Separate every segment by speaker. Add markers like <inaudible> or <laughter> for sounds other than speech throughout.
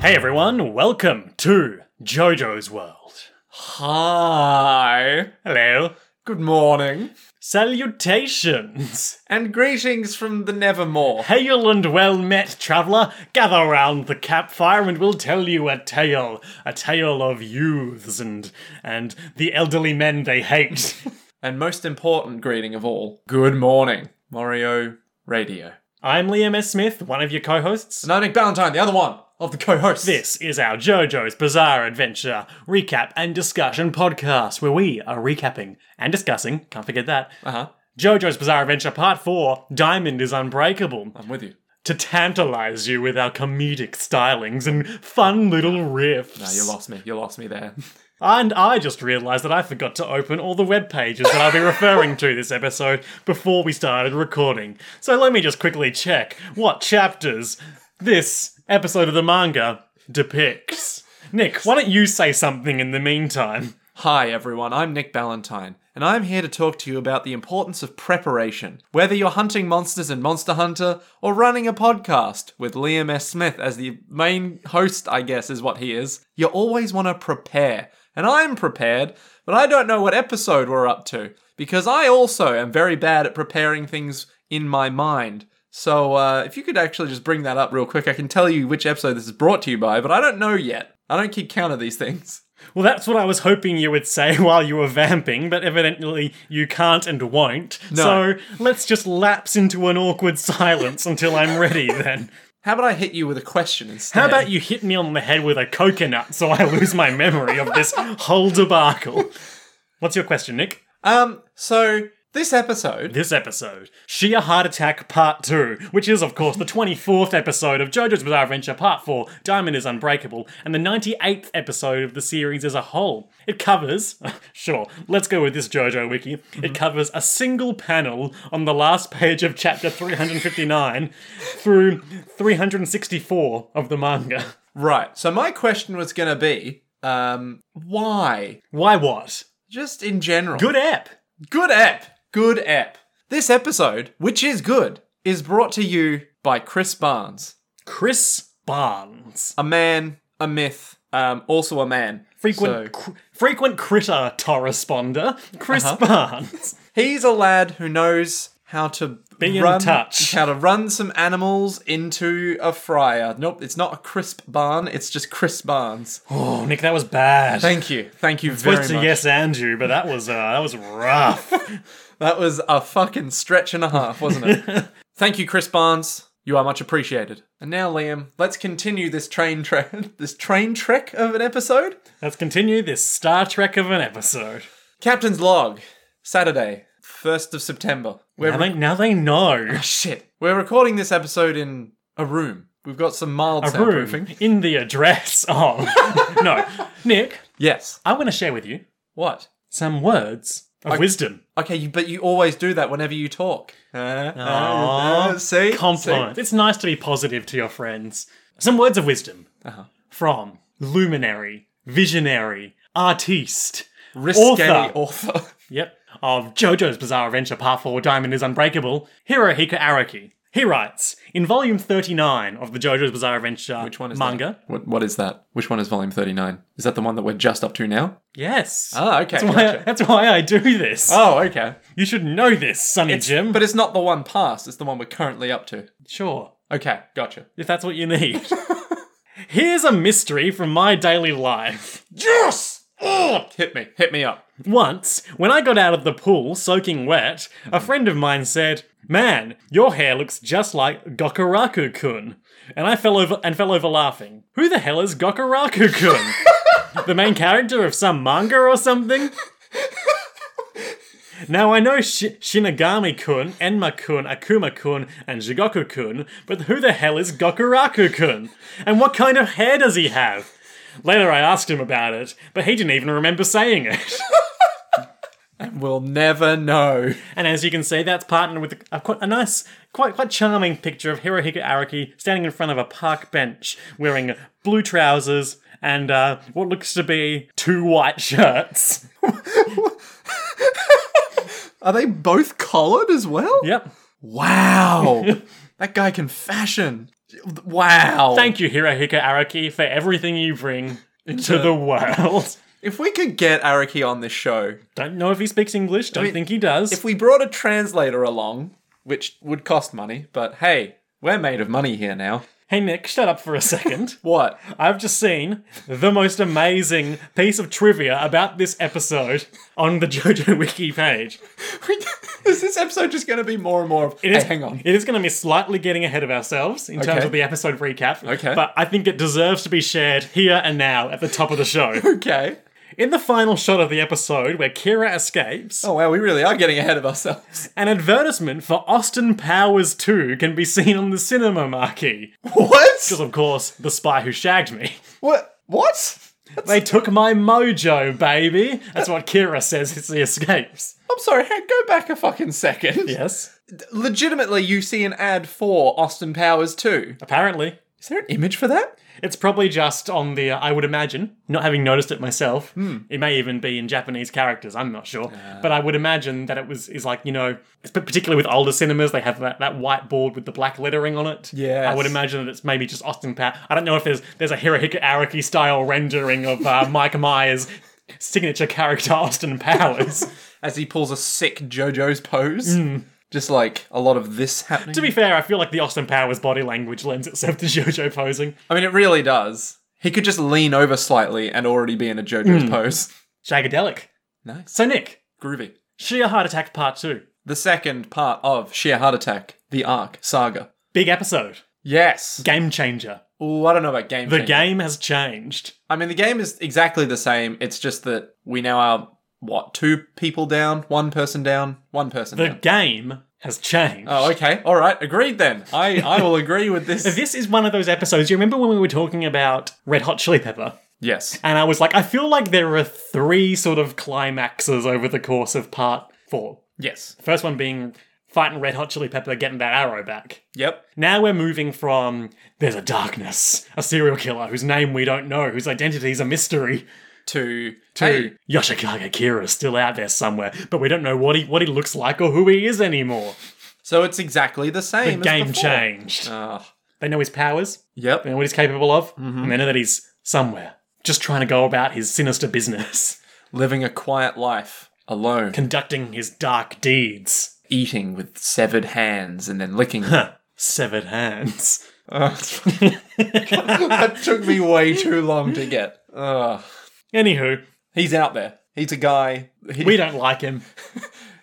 Speaker 1: Hey everyone, welcome to JoJo's World.
Speaker 2: Hi.
Speaker 1: Hello.
Speaker 2: Good morning.
Speaker 1: Salutations. <laughs>
Speaker 2: And greetings from the Nevermore.
Speaker 1: Hail and well met, traveller. Gather round the campfire and we'll tell you a tale. A tale of youths and and the elderly men they
Speaker 2: <laughs>
Speaker 1: hate.
Speaker 2: And most important greeting of all, good morning, Mario Radio.
Speaker 1: I'm Liam S. Smith, one of your co-hosts.
Speaker 2: And I'm Nick Ballantyne, the other one of the co hosts.
Speaker 1: This is our JoJo's Bizarre Adventure recap and discussion podcast where we are recapping and discussing, can't forget that,
Speaker 2: Uh huh.
Speaker 1: JoJo's Bizarre Adventure Part 4 Diamond is Unbreakable
Speaker 2: I'm with you.
Speaker 1: to tantalize you with our comedic stylings and fun little riffs.
Speaker 2: No, you lost me. You lost me there. <laughs>
Speaker 1: And I just realized that I forgot to open all the web pages that I'll be referring to this episode before we started recording. So let me just quickly check what chapters this episode of the manga depicts. Nick, why don't you say something in the meantime?
Speaker 2: Hi, everyone. I'm Nick Ballantyne, and I'm here to talk to you about the importance of preparation. Whether you're hunting monsters in Monster Hunter or running a podcast with Liam S. Smith as the main host, I guess is what he is, you always want to prepare. And I'm prepared, but I don't know what episode we're up to because I also am very bad at preparing things in my mind. So uh, if you could actually just bring that up real quick, I can tell you which episode this is brought to you by, but I don't know yet. I don't keep count of these things.
Speaker 1: Well, that's what I was hoping you would say <laughs> while you were vamping, but evidently you can't and won't.
Speaker 2: No.
Speaker 1: So let's just lapse into an awkward <laughs> silence until I'm ready then.
Speaker 2: How about I hit you with a question instead?
Speaker 1: How about you hit me on the head with a coconut so I lose my memory of this whole debacle? <laughs> What's your question, Nick?
Speaker 2: Um, so this episode,
Speaker 1: This episode, Sheer Heart Attack Part 2, which is, of course, the 24th episode of JoJo's Bizarre Adventure Part 4, Diamond is Unbreakable, and the 98th episode of the series as a whole. It covers, <laughs> sure, let's go with this JoJo wiki. It covers a single panel on the last page of chapter 359 through 364 of the manga.
Speaker 2: right? So my question was going to be, um, why?
Speaker 1: Why what?
Speaker 2: Just in general.
Speaker 1: Good app.
Speaker 2: good ep, good ep. This episode, which is good, is brought to you by Chris Barnes,
Speaker 1: Chris Barnes,
Speaker 2: a man, a myth, um, also a man.
Speaker 1: frequent
Speaker 2: So-
Speaker 1: cr- frequent critter corresponder, Chris Barnes.
Speaker 2: He's a lad who knows how to
Speaker 1: Be in
Speaker 2: run,
Speaker 1: touch.
Speaker 2: how to run some animals into a fryer. Nope, it's not a crisp barn. It's just Chris Barnes.
Speaker 1: Oh, Nick, that was bad.
Speaker 2: Thank you, thank you very
Speaker 1: Supposed
Speaker 2: much.
Speaker 1: to yes and you, but that was uh, that was <laughs> rough.
Speaker 2: That was a fucking stretch and a half,
Speaker 1: <laughs>
Speaker 2: wasn't it? Thank you, Chris Barnes. You are much appreciated. And now, Liam, let's continue this train tra- <laughs> this train trek of an episode.
Speaker 1: Let's continue this Star Trek of an episode.
Speaker 2: Captain's log, Saturday, first of September. We're
Speaker 1: Now they, now they know.
Speaker 2: <laughs> shit. We're recording this episode in a room. We've got some mild
Speaker 1: Room
Speaker 2: soundproofing.
Speaker 1: in the address of. <laughs> no. Nick,
Speaker 2: Yes.
Speaker 1: I want to share with you
Speaker 2: What?
Speaker 1: some words of wisdom.
Speaker 2: Okay, you, but you always do that whenever you talk. Uh,
Speaker 1: Aw,
Speaker 2: uh, see,
Speaker 1: compliment. It's nice to be positive to your friends. Some words of wisdom from luminary, visionary, artiste.
Speaker 2: See? risque
Speaker 1: Author.
Speaker 2: author.
Speaker 1: Yep. Of JoJo's Bizarre Adventure Part 4 Diamond is Unbreakable, Hirohiko Araki. He writes, in volume 39 of the JoJo's Bizarre Adventure
Speaker 2: Which one is that?
Speaker 1: manga.
Speaker 2: What, what is that? Which one is volume 39? Is that the one that we're just up to now?
Speaker 1: Yes.
Speaker 2: Ah, okay.
Speaker 1: That's why,
Speaker 2: gotcha.
Speaker 1: <laughs> that's why I do this.
Speaker 2: Oh, okay.
Speaker 1: You should know this, Sonny Jim.
Speaker 2: But it's not the one past, it's the one we're currently up to.
Speaker 1: sure.
Speaker 2: Okay, gotcha.
Speaker 1: if that's what you need. <laughs> Here's a mystery from my daily life.
Speaker 2: Yes! Oh! Hit me, hit me up.
Speaker 1: Once, when I got out of the pool soaking wet, a friend of mine said, "Man, your hair looks just like Gokuraku-kun." And I fell over and fell over laughing. Who the hell is Gokuraku-kun? <laughs> the main character of some manga or something? Now I know Sh- Shinigami-kun, Enma-kun, Akuma-kun, and Jigoku-kun, but who the hell is Gokuraku-kun? And what kind of hair does he have? Later I asked him about it, but he didn't even remember saying it.
Speaker 2: We'll never know.
Speaker 1: And as you can see, that's partnered with a, quite a nice, quite quite charming picture of Hirohiko Araki standing in front of a park bench, wearing blue trousers and uh, what looks to be two white shirts.
Speaker 2: Are they both collared as well?
Speaker 1: Yep.
Speaker 2: <laughs> Wow! that guy can fashion. Wow.
Speaker 1: Thank you, Hirohiko Araki, for everything you bring to the world.
Speaker 2: if we could get Araki on this show,
Speaker 1: Don't know if he speaks English. Don't
Speaker 2: mean,
Speaker 1: think he does.
Speaker 2: if we brought a translator along, which would cost money, but hey, we're made of money here now.
Speaker 1: hey, Nick, shut up for a second. <laughs>
Speaker 2: What?
Speaker 1: I've just seen the most amazing piece of trivia about this episode on the JoJo Wiki page.
Speaker 2: <laughs> is this episode just going to be more and more of.
Speaker 1: It is-
Speaker 2: hey, hang on.
Speaker 1: It is going to be slightly getting ahead of ourselves in terms
Speaker 2: Okay.
Speaker 1: of the episode recap.
Speaker 2: Okay.
Speaker 1: But I think it deserves to be shared here and now at the top of the
Speaker 2: <laughs>
Speaker 1: show.
Speaker 2: Okay.
Speaker 1: in the final shot of the episode where Kira escapes,
Speaker 2: Oh, wow, we really are getting ahead of ourselves. <laughs>
Speaker 1: an advertisement for Austin Powers 2 can be seen on the cinema marquee.
Speaker 2: What?
Speaker 1: Because, of course, the spy who shagged me.
Speaker 2: What? What?
Speaker 1: They took my mojo, baby. That's what Kira says as he escapes.
Speaker 2: I'm sorry, hang- go back a fucking second.
Speaker 1: Yes.
Speaker 2: Legitimately, you see an ad for Austin Powers 2.
Speaker 1: Apparently.
Speaker 2: Is there an image for that?
Speaker 1: It's probably just on the, uh, I would imagine, not having noticed it myself. It may even be in Japanese characters, I'm not sure. But I would imagine that it was, is like, you know, it's p- particularly with older cinemas, they have that, that white board with the black lettering on it.
Speaker 2: Yes.
Speaker 1: I would imagine that it's maybe just Austin Power. I don't know if there's there's a Hirohiko Araki style rendering of uh, Mike Myers' signature character, Austin Powers.
Speaker 2: As he pulls a sick JoJo's pose. Just like a lot of this happening.
Speaker 1: Hmm. to be fair, I feel like the Austin Powers body language lends itself to <laughs> JoJo posing.
Speaker 2: I mean, it really does. He could just lean over slightly and already be in a
Speaker 1: Hmm.
Speaker 2: JoJo's pose.
Speaker 1: Shagadelic.
Speaker 2: Nice.
Speaker 1: So, Nick,
Speaker 2: Groovy.
Speaker 1: Sheer Heart Attack Part 2.
Speaker 2: The second part of Sheer Heart Attack, the arc, saga.
Speaker 1: Big episode.
Speaker 2: Yes.
Speaker 1: Game changer.
Speaker 2: Ooh, I don't know about game.
Speaker 1: The
Speaker 2: changer.
Speaker 1: game has changed.
Speaker 2: I mean, the game is exactly the same. It's just that we now are, what, two people down? One person down? One person
Speaker 1: The
Speaker 2: down.
Speaker 1: game has changed.
Speaker 2: Oh, okay. All right. Agreed then. I, I will agree with this.
Speaker 1: This is one of those episodes. You remember when we were talking about Red Hot Chili Pepper?
Speaker 2: yes.
Speaker 1: And I was like, I feel like there are three sort of climaxes over the course of part four.
Speaker 2: Yes.
Speaker 1: The first one being fighting Red Hot Chili Pepper, getting that arrow back.
Speaker 2: Yep.
Speaker 1: Now we're moving from there's a darkness, a serial killer whose name we don't know, whose identity is a mystery,
Speaker 2: To.
Speaker 1: to
Speaker 2: Hey,
Speaker 1: Yoshikaga Kira is still out there somewhere, but we don't know what he what he looks like or who he is anymore.
Speaker 2: so it's exactly the same. as
Speaker 1: Game
Speaker 2: before.
Speaker 1: changed.
Speaker 2: Ah,
Speaker 1: They know his powers.
Speaker 2: yep.
Speaker 1: They know what he's capable of. And they know that he's somewhere, just trying to go about his sinister business, <laughs>
Speaker 2: Living a quiet life alone.
Speaker 1: conducting his dark deeds.
Speaker 2: Eating with severed hands and
Speaker 1: <laughs>
Speaker 2: then licking. <laughs>
Speaker 1: Huh. Severed hands. <laughs>
Speaker 2: Ugh. that took me way too long to get. Ugh.
Speaker 1: Anywho,
Speaker 2: He's out there. He's a guy. he-
Speaker 1: we don't like him.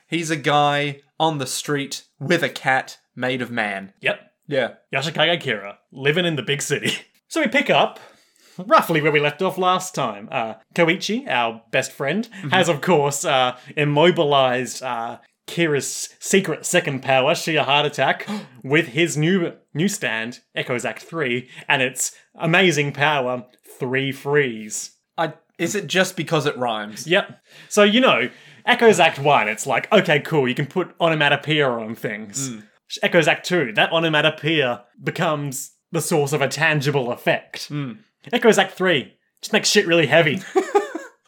Speaker 2: he's a guy on the street with a cat made of man.
Speaker 1: Yep.
Speaker 2: Yeah.
Speaker 1: Yoshikaga Kira, living in the big city. <laughs> So we pick up roughly where we left off last time. Uh, Koichi, our best friend, has, of course, uh, immobilized uh, Kira's secret second power, sheer heart attack, <gasps> with his new new stand, Echoes Act 3, and its amazing power, Three Freeze.
Speaker 2: I, is it just because it rhymes?
Speaker 1: Yep. So, you know, Echoes Act 1, it's like, okay, cool, you can put onomatopoeia on things.
Speaker 2: Hmm.
Speaker 1: Echoes Act 2, that onomatopoeia becomes the source of a tangible effect.
Speaker 2: Hmm.
Speaker 1: Echoes Act 3, just makes shit really
Speaker 2: <laughs>
Speaker 1: heavy.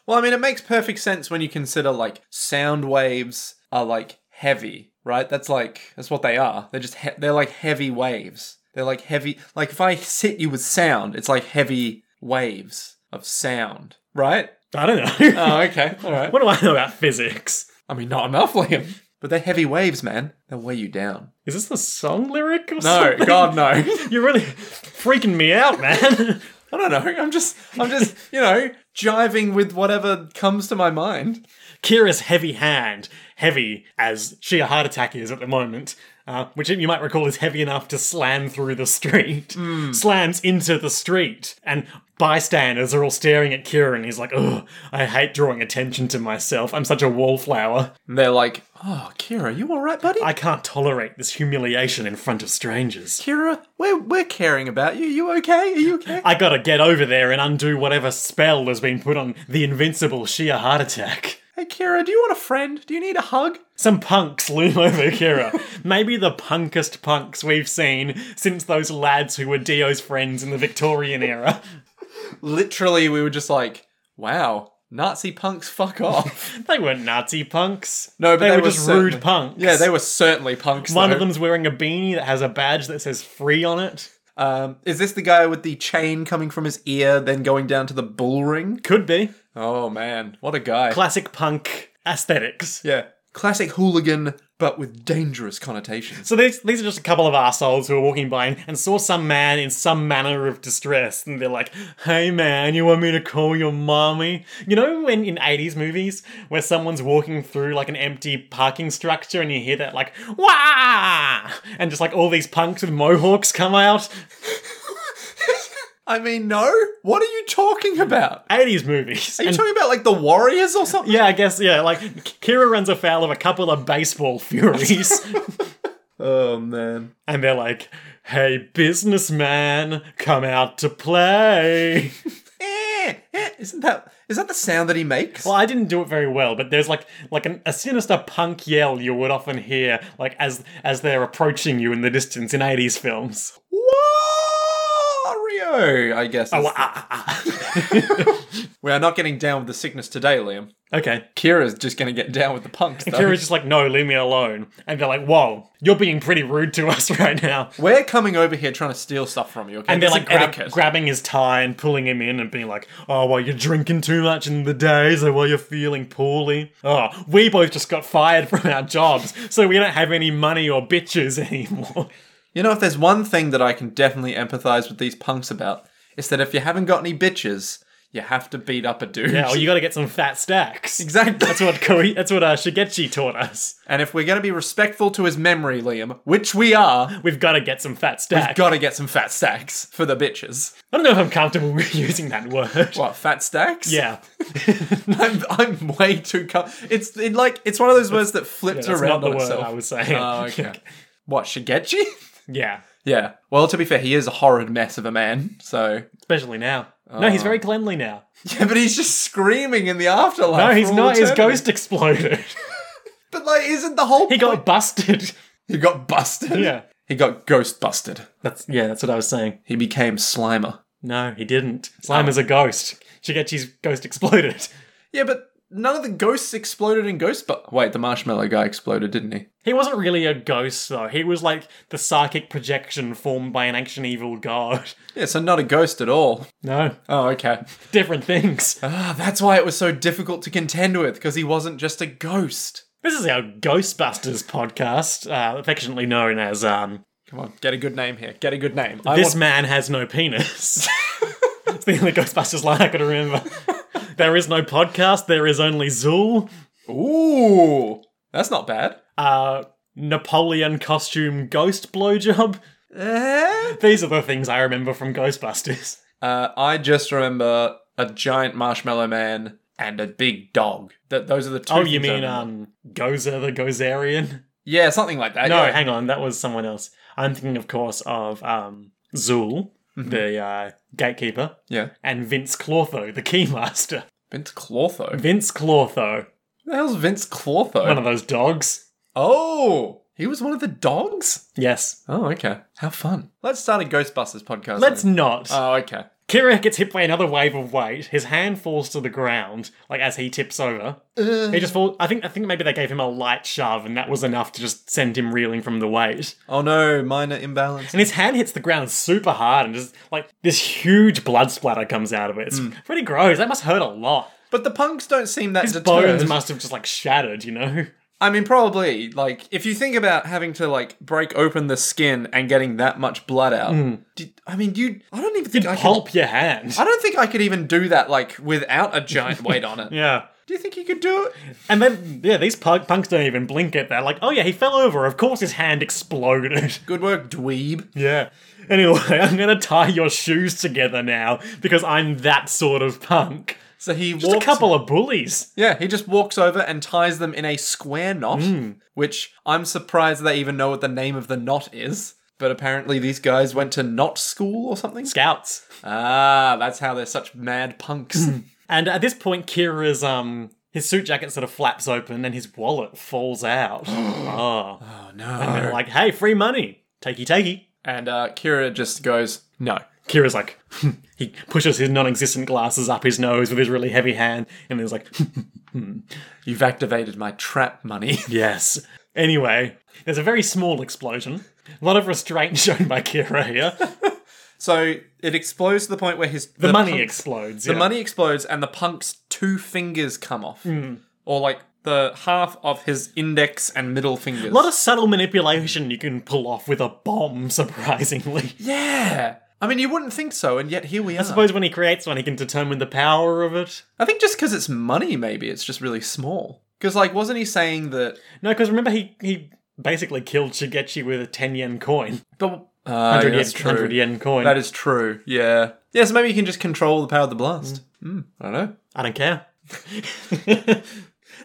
Speaker 2: Well, I mean, it makes perfect sense when you consider like sound waves are like heavy, right? That's like that's what they are. They're just he- they're like heavy waves. They're like heavy. Like if I hit you with sound, it's like heavy waves of sound, <laughs> right?
Speaker 1: I don't know.
Speaker 2: Oh, okay, all
Speaker 1: <laughs>
Speaker 2: right.
Speaker 1: what do I know about physics?
Speaker 2: I mean, not enough, Liam. But they're heavy waves, man. They'll weigh you down.
Speaker 1: Is this the song lyric or
Speaker 2: No,
Speaker 1: something?
Speaker 2: God, <laughs> no.
Speaker 1: <laughs> You're really freaking me out, man. <laughs>
Speaker 2: I don't know. I'm just, I'm just, you know, jiving with whatever comes to my mind.
Speaker 1: Kira's heavy hand, heavy as sheer heart attack is at the moment, uh, which you might recall is heavy enough to slam through the street, slams into the street, and bystanders are all staring at Kira, and he's like, "Ugh, I hate drawing attention to myself. I'm such a wallflower.
Speaker 2: And they're like, "Oh, Kira, you all right, buddy?
Speaker 1: I can't tolerate this humiliation in front of strangers."
Speaker 2: Kira, we're we're caring about you. You okay? Are you okay?
Speaker 1: I gotta get over there and undo whatever spell has been put on the invincible sheer heart attack.
Speaker 2: Hey, Kira, do you want a friend? Do you need a hug?
Speaker 1: Some punks loom over Kira. Maybe the punkest punks we've seen since those lads who were Dio's friends in the Victorian era.
Speaker 2: Literally, we were just like, "Wow, Nazi punks,
Speaker 1: <laughs>
Speaker 2: fuck off."
Speaker 1: They weren't Nazi punks.
Speaker 2: No, but
Speaker 1: they,
Speaker 2: they
Speaker 1: were,
Speaker 2: were
Speaker 1: just
Speaker 2: certainly-
Speaker 1: rude punks.
Speaker 2: yeah, they were certainly punks.
Speaker 1: One
Speaker 2: though.
Speaker 1: of them's wearing a beanie that has a badge that says free on it.
Speaker 2: Um, is this the guy with the chain coming from his ear, then going down to the bull ring?
Speaker 1: Could be.
Speaker 2: Oh man, what a guy!
Speaker 1: Classic punk aesthetics.
Speaker 2: yeah, classic hooligan, but with dangerous connotations.
Speaker 1: So these, these are just a couple of assholes who are walking by and, and saw some man in some manner of distress, and they're like, "Hey man, you want me to call your mommy?" You know, when in '80s movies where someone's walking through like an empty parking structure and you hear that like "wah," and just like all these punks with mohawks come out.
Speaker 2: <laughs> I mean, no. What are you talking about?
Speaker 1: '80s movies.
Speaker 2: Are you
Speaker 1: And-
Speaker 2: talking about like the Warriors or something?
Speaker 1: yeah, I guess yeah. Like Kira runs afoul of a couple of baseball furies.
Speaker 2: <laughs> Oh man.
Speaker 1: and they're like, "Hey, businessman, come out to play."
Speaker 2: Eh, eh, Isn't that is that the sound that he makes?
Speaker 1: Well, I didn't do it very well, but there's like like an, a sinister punk yell you would often hear like as as they're approaching you in the distance in 80s films.
Speaker 2: Wario, I guess. is-
Speaker 1: Wah, ah, ah,
Speaker 2: <laughs> we are not getting down with the sickness today, Liam.
Speaker 1: ah. okay.
Speaker 2: Kira's just going to get down with the punks. Though.
Speaker 1: Kira's just like, "No, leave me alone." And they're like, "Whoa, you're being pretty rude to <laughs> us right now."
Speaker 2: We're coming over here trying to steal stuff from you, okay?
Speaker 1: And they're
Speaker 2: This
Speaker 1: like
Speaker 2: is
Speaker 1: grab-
Speaker 2: etiquette.
Speaker 1: grabbing his tie and pulling him in and being like, "Oh, well, you're drinking too much in the day, so well, you're feeling poorly." Oh, we both just got fired from our jobs, so we don't have any money or bitches <laughs> anymore.
Speaker 2: You know, if there's one thing that I can definitely empathize with these punks about, it's that if you haven't got any bitches, you have to beat up a dude.
Speaker 1: Yeah, well, you got to get some fat stacks.
Speaker 2: <laughs> exactly.
Speaker 1: That's what Koi- that's what uh, Shigechi taught us.
Speaker 2: and if we're going to be respectful to his memory, Liam, which we are,
Speaker 1: We've got to get some fat stack.
Speaker 2: got to get some fat stacks for the bitches.
Speaker 1: I don't know if I'm comfortable <laughs> with using that word.
Speaker 2: What, fat
Speaker 1: <laughs>
Speaker 2: stacks?
Speaker 1: Yeah,
Speaker 2: <laughs> I'm, I'm way too. Com- it's it like it's one of those words that flips
Speaker 1: that's not
Speaker 2: around
Speaker 1: the
Speaker 2: on
Speaker 1: word
Speaker 2: itself.
Speaker 1: I was saying. <laughs>
Speaker 2: Oh, okay. what Shigechi?
Speaker 1: yeah,
Speaker 2: yeah. Well, to be fair, he is a horrid mess of a man. So <laughs>
Speaker 1: especially now. No,
Speaker 2: Oh.
Speaker 1: he's very cleanly now.
Speaker 2: yeah, but he's just screaming in the afterlife.
Speaker 1: No,
Speaker 2: for
Speaker 1: he's
Speaker 2: all
Speaker 1: not. His
Speaker 2: eternity.
Speaker 1: ghost exploded. <laughs>
Speaker 2: But like, isn't the whole
Speaker 1: he got busted. <laughs>
Speaker 2: he got busted?
Speaker 1: Yeah.
Speaker 2: He got ghost busted.
Speaker 1: That's yeah. That's what I was saying.
Speaker 2: He became Slimer.
Speaker 1: No, he didn't.
Speaker 2: Ah.
Speaker 1: Slime is a ghost. Shigechi's ghost exploded. <laughs>
Speaker 2: Yeah, but none of the ghosts exploded in Ghost. But wait, the marshmallow guy exploded, didn't he?
Speaker 1: He wasn't really a ghost though. He was like the psychic projection formed by an ancient evil god. <laughs>
Speaker 2: Yeah, so not a ghost at all.
Speaker 1: No,
Speaker 2: Oh, okay.
Speaker 1: different things.
Speaker 2: Ah, that's why it was so difficult to contend with because he wasn't just a ghost.
Speaker 1: This is our Ghostbusters podcast, uh, affectionately known as um,
Speaker 2: Come on, get a good name here. Get a good name. I
Speaker 1: This
Speaker 2: want-
Speaker 1: Man Has No Penis. <laughs> it's the only Ghostbusters line I could remember. <laughs> there is no podcast, there is only Zool.
Speaker 2: Ooh, that's not bad.
Speaker 1: Uh, Napoleon costume ghost blowjob.
Speaker 2: Eh?
Speaker 1: These are the things I remember from Ghostbusters.
Speaker 2: Uh, I just remember a giant marshmallow man and a big dog. That those are the two.
Speaker 1: Oh, you
Speaker 2: things I
Speaker 1: mean
Speaker 2: remember.
Speaker 1: um, Gozer the Gozerian?
Speaker 2: Yeah, something like that.
Speaker 1: No,
Speaker 2: yeah.
Speaker 1: hang on, that was someone else. I'm thinking, of course, of um, Zool,
Speaker 2: Mm-hmm.
Speaker 1: the uh, gatekeeper,
Speaker 2: yeah.
Speaker 1: and Vince Clortho, the keymaster.
Speaker 2: Vince Clortho.
Speaker 1: Vince Clortho,
Speaker 2: Who the hell's Vince
Speaker 1: one
Speaker 2: Clortho?
Speaker 1: of those dogs.
Speaker 2: oh, he was one of the dogs.
Speaker 1: Yes.
Speaker 2: Oh, okay. How fun. Let's start a Ghostbusters podcast.
Speaker 1: Let's
Speaker 2: then.
Speaker 1: not.
Speaker 2: Oh, okay.
Speaker 1: Kira gets hit by another wave of weight. His hand falls to the ground, like as he tips over. He just falls. I think. I think maybe they gave him a light shove, and that was enough to just send him reeling from the weight.
Speaker 2: Oh no, minor imbalance.
Speaker 1: And his hand hits the ground super hard, and just like this huge blood splatter comes out of it. It's
Speaker 2: Hmm.
Speaker 1: pretty gross. That must hurt a lot.
Speaker 2: But the punks don't seem that deterred.
Speaker 1: Bones must have just like shattered. You know.
Speaker 2: I mean, probably. Like, if you think about having to like break open the skin and getting that much blood out,
Speaker 1: Hmm.
Speaker 2: did, I mean, you. I don't even think I could.
Speaker 1: Pulp your hand.
Speaker 2: I don't think I could even do that like without a giant
Speaker 1: <laughs>
Speaker 2: weight on it.
Speaker 1: Yeah.
Speaker 2: Do you think you could do it?
Speaker 1: And then, yeah, these punk- punks don't even blink at that. Like, oh yeah, he fell over. Of course his hand exploded. <laughs>
Speaker 2: Good work, dweeb.
Speaker 1: yeah. Anyway, I'm gonna tie your shoes together now because I'm that sort of punk.
Speaker 2: So he
Speaker 1: Just
Speaker 2: walks.
Speaker 1: a couple of bullies.
Speaker 2: Yeah, he just walks over and ties them in a square knot,
Speaker 1: Hmm.
Speaker 2: which I'm surprised they even know what the name of the knot is. But apparently, these guys went to knot school or something.
Speaker 1: Scouts.
Speaker 2: Ah, that's how they're such mad punks.
Speaker 1: Hmm.
Speaker 2: <laughs>
Speaker 1: And at this point, Kira's, um, his suit jacket sort of flaps open and his wallet falls out. oh.
Speaker 2: oh
Speaker 1: And they're
Speaker 2: no!
Speaker 1: like, hey, free money. Takey, takey.
Speaker 2: And uh, Kira just goes, "No,
Speaker 1: Kira's like, <laughs> he pushes his non existent glasses up his nose with his really heavy hand and is like, <laughs>
Speaker 2: You've activated my trap money. <laughs>
Speaker 1: Yes. <laughs>
Speaker 2: <laughs>
Speaker 1: Anyway, there's a very small explosion. A lot of restraint shown by Kira here.
Speaker 2: So it explodes to the point where his
Speaker 1: The, money
Speaker 2: punk-
Speaker 1: explodes.
Speaker 2: the
Speaker 1: yeah.
Speaker 2: money explodes and the punk's two fingers come off,
Speaker 1: Hmm.
Speaker 2: or like the half of his index and middle fingers.
Speaker 1: A lot of subtle manipulation you can pull off with a bomb, <laughs>
Speaker 2: <laughs>
Speaker 1: surprisingly.
Speaker 2: yeah. I mean, you wouldn't think so, and yet here we are.
Speaker 1: I suppose when he creates one, he can determine the power of it.
Speaker 2: I think just because it's money, maybe it's just really small. Because like, wasn't he saying that?
Speaker 1: No, because remember he he basically killed Shigechi with a ten yen coin,
Speaker 2: But uh,
Speaker 1: hundred
Speaker 2: that's
Speaker 1: yen, hundred yen coin.
Speaker 2: That is true. Yeah. Yeah. So maybe you can just control the power of the blast. Mm, I don't know. <laughs>
Speaker 1: I don't care. <laughs> it's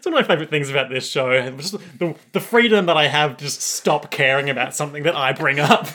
Speaker 1: one of my favorite things about this show. and Just the, the freedom that I have to just stop caring about something that I bring up.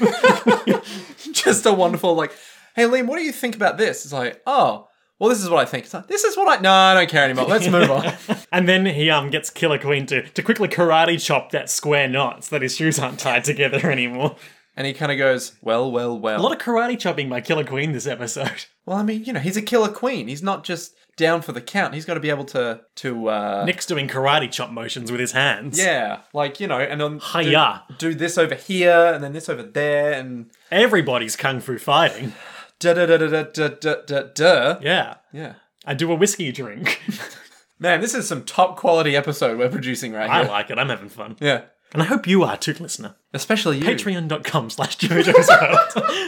Speaker 1: <laughs>
Speaker 2: just a wonderful like, hey Liam, what do you think about this? It's like, oh, well, this is what I think. It's like, this is what I. No, I don't care anymore. Let's move
Speaker 1: <laughs>
Speaker 2: on.
Speaker 1: and then he um gets Killer Queen to, to quickly karate chop that square knot so that his shoes aren't tied together <laughs> anymore.
Speaker 2: And he kind of goes, well, well,
Speaker 1: A
Speaker 2: well.
Speaker 1: lot of karate chopping by Killer Queen this episode. <laughs>
Speaker 2: well, I mean, you know, he's a killer queen. He's not just down for the count. He's got to be able to to. uh
Speaker 1: Nick's doing karate chop motions with his hands.
Speaker 2: Yeah, like you know, and then do,
Speaker 1: Hiya.
Speaker 2: do this over here, and then this over there, and
Speaker 1: Everybody's kung fu fighting.
Speaker 2: da da da da da da da da.
Speaker 1: Yeah.
Speaker 2: Yeah,
Speaker 1: I do a whiskey drink. <laughs>
Speaker 2: man, this is some top quality episode we're producing right
Speaker 1: I
Speaker 2: here.
Speaker 1: like it. I'm having fun.
Speaker 2: Yeah,
Speaker 1: And I hope you are too, listener.
Speaker 2: especially you.
Speaker 1: Patreon.com slash JoJo's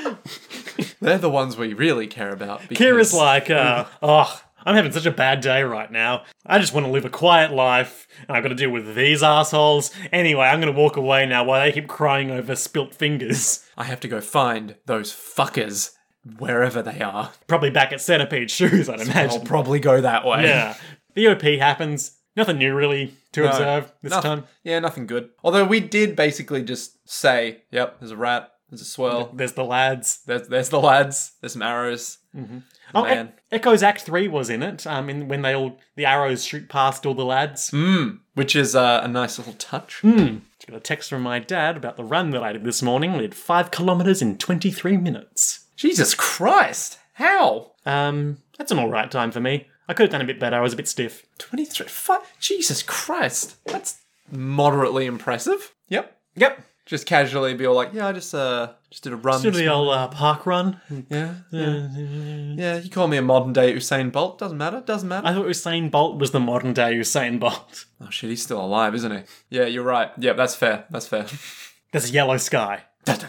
Speaker 1: World. <laughs>
Speaker 2: They're the ones we really care about.
Speaker 1: Kira's
Speaker 2: because-
Speaker 1: like,
Speaker 2: Mm.
Speaker 1: uh, oh, I'm having such a bad day right now. I just want to live a quiet life, and I've got to deal with these assholes. Anyway, I'm going to walk away now while they keep crying over spilt fingers. <laughs>
Speaker 2: I have to go find those fuckers wherever they are.
Speaker 1: Probably back at Centipede Shoes, I'd
Speaker 2: I'll
Speaker 1: imagine.
Speaker 2: probably go that way.
Speaker 1: <laughs>
Speaker 2: <laughs>
Speaker 1: Yeah. The OP happens. Nothing new, really, to
Speaker 2: No,
Speaker 1: observe this
Speaker 2: nothing-
Speaker 1: time.
Speaker 2: Yeah, nothing good. Although we did basically just say, yep, there's a rat, there's a swirl,
Speaker 1: There's the lads.
Speaker 2: there's, there's the lads, there's some arrows.
Speaker 1: Oh, E-
Speaker 2: Man.
Speaker 1: Echo's Act Three was in it. Um, in, when they all the arrows shoot past all the lads.
Speaker 2: Mm, which is uh, a nice little touch.
Speaker 1: Just got a text from my dad about the run that I did this morning. We did five kilometers in twenty three minutes.
Speaker 2: Jesus Christ! How?
Speaker 1: Um, that's an all right time for me. I could have done a bit better. I was a bit stiff.
Speaker 2: 23. Fi- Jesus Christ! That's moderately impressive. Yep.
Speaker 1: Yep.
Speaker 2: Just casually be all like, yeah, I just uh, just did a run.
Speaker 1: Do the old uh, park run.
Speaker 2: yeah, yeah. Yeah, you call me a modern day Usain Bolt. Doesn't matter. Doesn't matter.
Speaker 1: I thought Usain Bolt was the modern day Usain Bolt. <laughs>
Speaker 2: Oh shit, he's still alive, isn't he? Yeah, you're right. Yeah, that's fair. That's fair.
Speaker 1: There's a yellow sky.
Speaker 2: <laughs>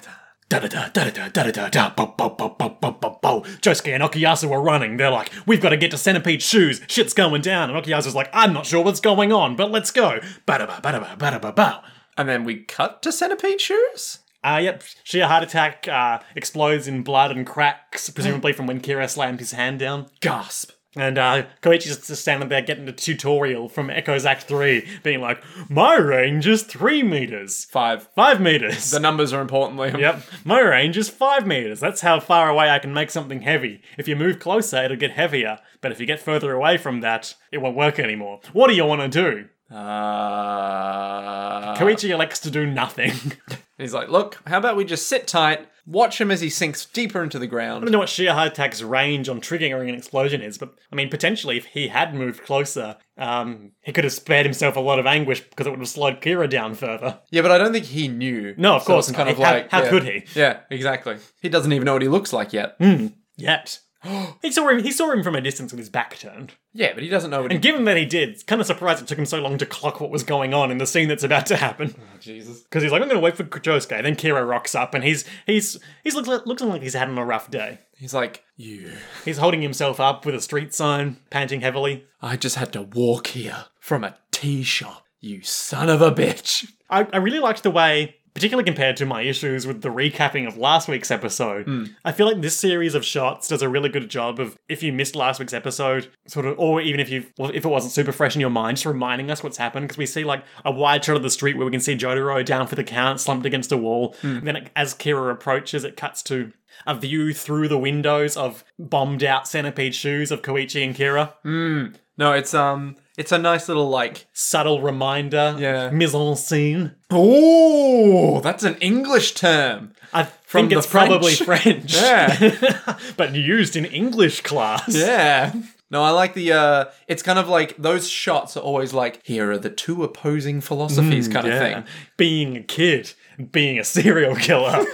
Speaker 2: Da, da, da.
Speaker 1: da da da da da da da da da bo bo bo bo bo bo bo. Josuke and Okuyasu are running. They're like, "We've got to get to Centipede Shoes. Shit's going down." And Okuyasu's like, "I'm not sure what's going on, but let's go." Ba da ba ba da ba ba da ba ba.
Speaker 2: And then we cut to centipede shoes.
Speaker 1: Uh, yep. Sheer heart attack uh, explodes in blood and cracks, presumably from when Kira slammed his hand down.
Speaker 2: Gasp.
Speaker 1: And uh, Koichi's just standing there getting a tutorial from Echo's Act 3, being like, My range is 3 meters,
Speaker 2: Five.
Speaker 1: 5 meters.
Speaker 2: The numbers are important,
Speaker 1: <laughs>
Speaker 2: Liam.
Speaker 1: Yep. My range is five meters. That's how far away I can make something heavy. If you move closer, it'll get heavier. But if you get further away from that, it won't work anymore. What do you want to do?
Speaker 2: Uh,
Speaker 1: Koichi elects to do nothing. <laughs> I
Speaker 2: he's like, look, how about we just sit tight, watch him as he sinks deeper into the ground.
Speaker 1: don't know what Sheer Heart Attack's range on triggering an explosion is, but I mean, potentially, if he had moved closer, um, he could have spared himself a lot of anguish because it would have slowed Kira down further.
Speaker 2: Yeah, but I don't think he knew.
Speaker 1: No, of
Speaker 2: So
Speaker 1: course
Speaker 2: it's
Speaker 1: not. How- how
Speaker 2: yeah.
Speaker 1: could he? Hmm.
Speaker 2: Yeah, exactly. He doesn't even know what he looks like yet.
Speaker 1: Yet. <gasps> he saw him. He saw him from a distance with his back turned.
Speaker 2: Yeah, but he doesn't know what he.
Speaker 1: And given that he did, it's kind of surprised it took him so long to clock what was going on in the scene that's about to happen.
Speaker 2: Jesus.
Speaker 1: because he's like, I'm going to wait for Josuke. Then Kira rocks up, and he's he's he's look, looking like he's had a rough day.
Speaker 2: He's like, you.
Speaker 1: He's holding himself up with a street sign, panting heavily.
Speaker 2: I just had to walk here from a tea shop. You son of a bitch.
Speaker 1: I, I really liked the way, particularly compared to my issues with the recapping of last week's episode. I feel like this series of shots does a really good job of if you missed last week's episode, sort of, or even if you well, if it wasn't super fresh in your mind, just reminding us what's happened because we see like a wide shot of the street where we can see Jotaro down for the count, slumped against a wall. And then it, as Kira approaches, it cuts to a view through the windows of bombed out centipede shoes of Koichi and Kira.
Speaker 2: No, it's um, it's a nice little like.
Speaker 1: Subtle reminder,
Speaker 2: Yeah.
Speaker 1: mise en scene.
Speaker 2: Oh, that's an English term.
Speaker 1: I
Speaker 2: From
Speaker 1: think
Speaker 2: the
Speaker 1: it's probably French.
Speaker 2: Yeah.
Speaker 1: <laughs> but used in English class.
Speaker 2: Yeah. No, I like the. uh It's kind of like those shots are always like here are the two
Speaker 1: Hmm,
Speaker 2: opposing philosophies kind of
Speaker 1: Yeah.
Speaker 2: thing.
Speaker 1: <laughs> Being a kid, being a serial killer.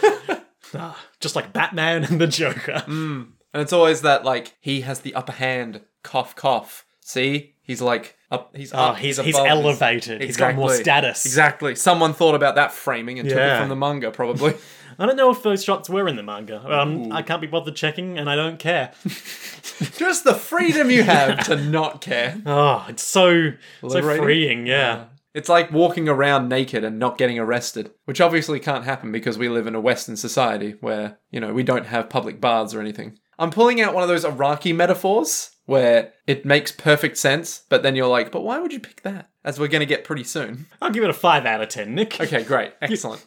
Speaker 1: Ah, just like Batman and the Joker.
Speaker 2: And it's always that like he has the upper hand. Cough, cough. See, he's like up. He's
Speaker 1: Oh,
Speaker 2: up.
Speaker 1: he's
Speaker 2: above,
Speaker 1: he's elevated. He's got more
Speaker 2: Exactly.
Speaker 1: status.
Speaker 2: Exactly. Someone thought about that framing and took it
Speaker 1: Yeah.
Speaker 2: from the manga, probably. <laughs>
Speaker 1: I don't know if those shots were in the manga. Um, I can't be bothered checking, and I don't care.
Speaker 2: Just the freedom you have
Speaker 1: <laughs>
Speaker 2: to not care.
Speaker 1: Oh, it's so so
Speaker 2: Liberating?
Speaker 1: freeing. Yeah.
Speaker 2: It's like walking around naked and not getting arrested, which obviously can't happen because we live in a Western society where, you know, we don't have public baths or anything. I'm pulling out one of those Iraqi metaphors where it makes perfect sense, but then you're like, but why would you pick that? As we're going to get pretty soon.
Speaker 1: I'll give it a five out of ten, Nick.
Speaker 2: Okay, great. Excellent.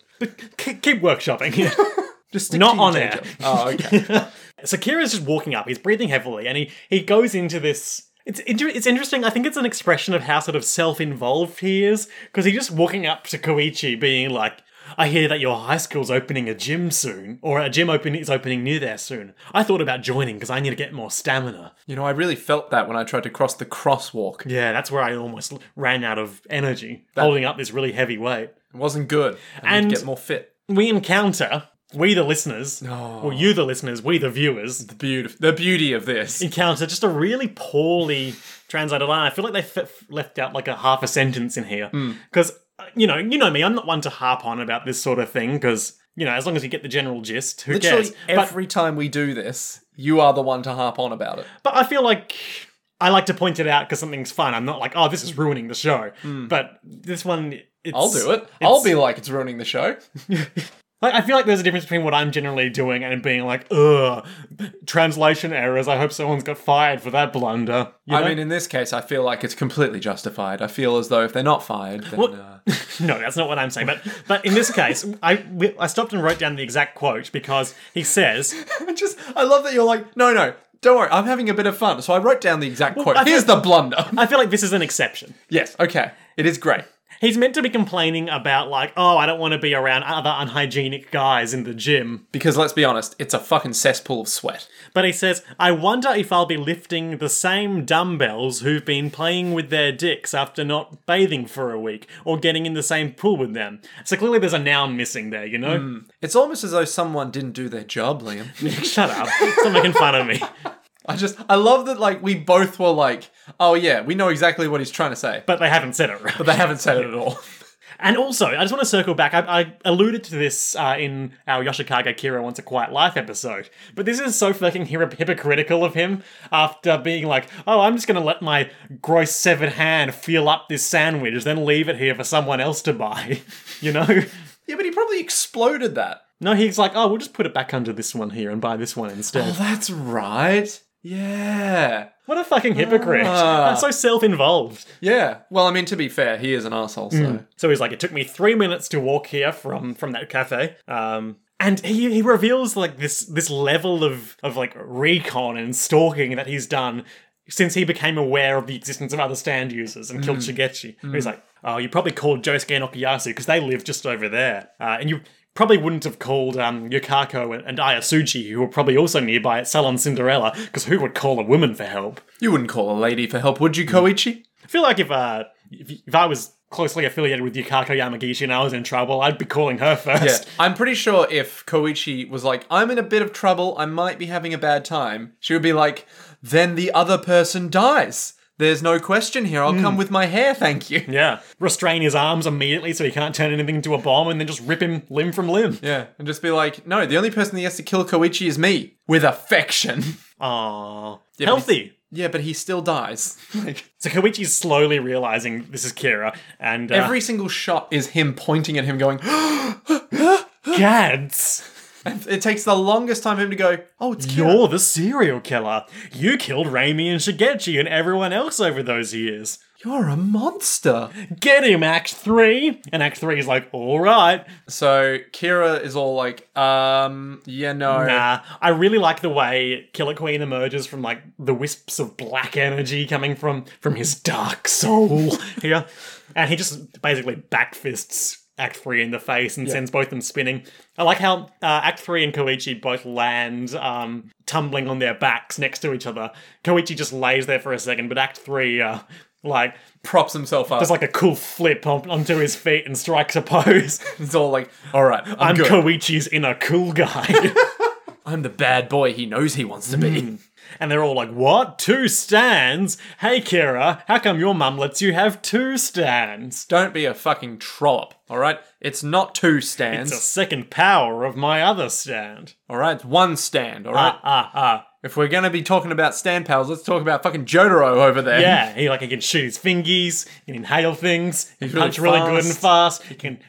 Speaker 1: K- keep workshopping. <laughs>
Speaker 2: Just stick
Speaker 1: Not
Speaker 2: to your
Speaker 1: on
Speaker 2: day
Speaker 1: air.
Speaker 2: job. Oh,
Speaker 1: <laughs>
Speaker 2: okay.
Speaker 1: So Kira's just walking up. He's breathing heavily, and he he goes into this. It's inter- it's interesting. I think it's an expression of how sort of self-involved he is, because he's just walking up to Koichi, being like. I hear that your high school's opening a gym soon, or a gym opening is opening near there soon. I thought about joining because I need to get more stamina.
Speaker 2: you know, I really felt that when I tried to cross the crosswalk.
Speaker 1: Yeah, that's where I almost l- ran out of energy, holding up this really heavy weight.
Speaker 2: It wasn't good. I need
Speaker 1: And-
Speaker 2: to get more fit.
Speaker 1: We encounter, we the listeners, well, you the listeners, we the viewers,
Speaker 2: The, beauty, the beauty of this.
Speaker 1: encounter just a really poorly translated line. I feel like they f- f- left out like a half a sentence in here
Speaker 2: Hmm.
Speaker 1: because you know, you know me. I'm not one to harp on about this sort of thing because you know, as long as you get the general gist, who
Speaker 2: Literally
Speaker 1: cares?
Speaker 2: every time we do this, you are the one to harp on about it.
Speaker 1: But I feel like I like to point it out because something's fun. I'm not like, oh, this is ruining the show. But this one, it's,
Speaker 2: Hmm. I'll do it. I'll be like, it's ruining the show.
Speaker 1: Like, I feel like there's a difference between what I'm generally doing and being like, ugh, translation errors. I hope someone's got fired for that blunder. You
Speaker 2: I
Speaker 1: know?
Speaker 2: mean, in this case, I feel like it's completely justified. I feel as though if they're not fired, then.
Speaker 1: What-
Speaker 2: Uh,
Speaker 1: <laughs>
Speaker 2: <laughs>
Speaker 1: No, that's not what I'm saying. But but in this case, I we- I stopped and wrote down the exact quote because he says,
Speaker 2: I just, I love that you're like, no, no, don't worry, I'm having a bit of fun. So I wrote down the exact quote.
Speaker 1: I
Speaker 2: Here's the blunder. <laughs>
Speaker 1: "I feel like this is an exception."
Speaker 2: yes, okay. It is great.
Speaker 1: He's meant to be complaining about like, "Oh, I don't want to be around other unhygienic guys in the gym."
Speaker 2: Because let's be honest, it's a fucking cesspool of sweat.
Speaker 1: But he says, "I wonder if I'll be lifting the same dumbbells who've been playing with their dicks after not bathing for a week or getting in the same pool with them." So clearly, there's a noun missing there. You know,
Speaker 2: It's almost as though someone didn't do their job, Liam.
Speaker 1: <laughs> shut up! Stop making fun of me.
Speaker 2: I just, I love that, like, we both were like, oh, yeah, we know exactly what he's trying to say.
Speaker 1: But they haven't said it right.
Speaker 2: But they haven't said it at all. <laughs>
Speaker 1: And also, I just want to circle back. I, I alluded to this uh, in our Yoshikaga Kira Wants a Quiet Life episode, but this is so fucking hypo- hypocritical of him after being like, oh, I'm just going to let my gross severed hand feel up this sandwich, then leave it here for someone else to buy. <laughs> you know?
Speaker 2: Yeah, but he probably exploded that.
Speaker 1: No, he's like, oh, we'll just put it back under this one here and buy this one
Speaker 2: Oh, <sighs>
Speaker 1: instead.
Speaker 2: that's right. Yeah.
Speaker 1: What a fucking hypocrite.
Speaker 2: Ah.
Speaker 1: That's so self involved.
Speaker 2: Yeah. Well, I mean, to be fair, he is an asshole. So
Speaker 1: So he's like, it took me three minutes to walk here from from that cafe. Um, and he, he reveals like this this level of of like recon and stalking that he's done since he became aware of the existence of other stand users and killed Shigechi. He's like, oh, you probably called Josuke and Okuyasu because they live just over there, uh, and you. Probably wouldn't have called um, Yukako and, and Ayasuji, who were probably also nearby at Salon Cinderella, because who would call a woman for help?
Speaker 2: you wouldn't call a lady for help, would you, Koichi?
Speaker 1: I feel like if uh, if, if I was closely affiliated with Yukako Yamagishi and I was in trouble, I'd be calling her
Speaker 2: Yeah.
Speaker 1: first.
Speaker 2: I'm pretty sure if Koichi was like, I'm in a bit of trouble, I might be having a bad time, she would be like, then the other person dies. There's no question here. I'll come with my hair, thank you.
Speaker 1: Yeah. Restrain his arms immediately so he can't turn anything into a bomb and then just rip him limb from limb.
Speaker 2: Yeah. And just be like, no, the only person that has to kill Koichi is me. With affection.
Speaker 1: Aww. Healthy.
Speaker 2: <laughs> yeah, but he still dies. <laughs> Like,
Speaker 1: So Koichi's slowly realizing this is Kira and uh,
Speaker 2: every single shot is him pointing at him
Speaker 1: <gasps>
Speaker 2: going, <gasps>
Speaker 1: gads.
Speaker 2: It takes the longest time for him to go, oh, it's Kira.
Speaker 1: You're the serial killer. You killed Raimi and Shigechi and everyone else over those years.
Speaker 2: You're a monster.
Speaker 1: Get him, Act 3! And Act 3 is like, alright,
Speaker 2: So Kira is all like, um, yeah, no.
Speaker 1: Nah, Uh, I really like the way Killer Queen emerges from like the wisps of black energy coming from from his dark soul <laughs> here, and he just basically backfists Act Three in the face and sends both them spinning. I like how uh, Act Three and Koichi both land um, tumbling on their backs next to each other. Koichi just lays there for a second, but Act Three. Uh, Like,
Speaker 2: props himself up.
Speaker 1: does like a cool flip on, onto his feet and strikes a pose.
Speaker 2: It's all like, all right, I'm,
Speaker 1: I'm
Speaker 2: good.
Speaker 1: Koichi's inner cool guy. <laughs>
Speaker 2: I'm the bad boy he knows he wants to be.
Speaker 1: and they're all like, what? Two stands? Hey, Kira, how come your mum lets you have two stands?
Speaker 2: Don't be a fucking trollop, all right? It's not two stands,
Speaker 1: It's a second power of my other stand.
Speaker 2: all right? It's one stand, all right?
Speaker 1: Ah, ah, ah.
Speaker 2: if we're gonna be talking about stand pals, let's talk about fucking Jotaro over there.
Speaker 1: Yeah, he like he can shoot his fingies, he can inhale things, he can
Speaker 2: really
Speaker 1: punch really good and fast, he can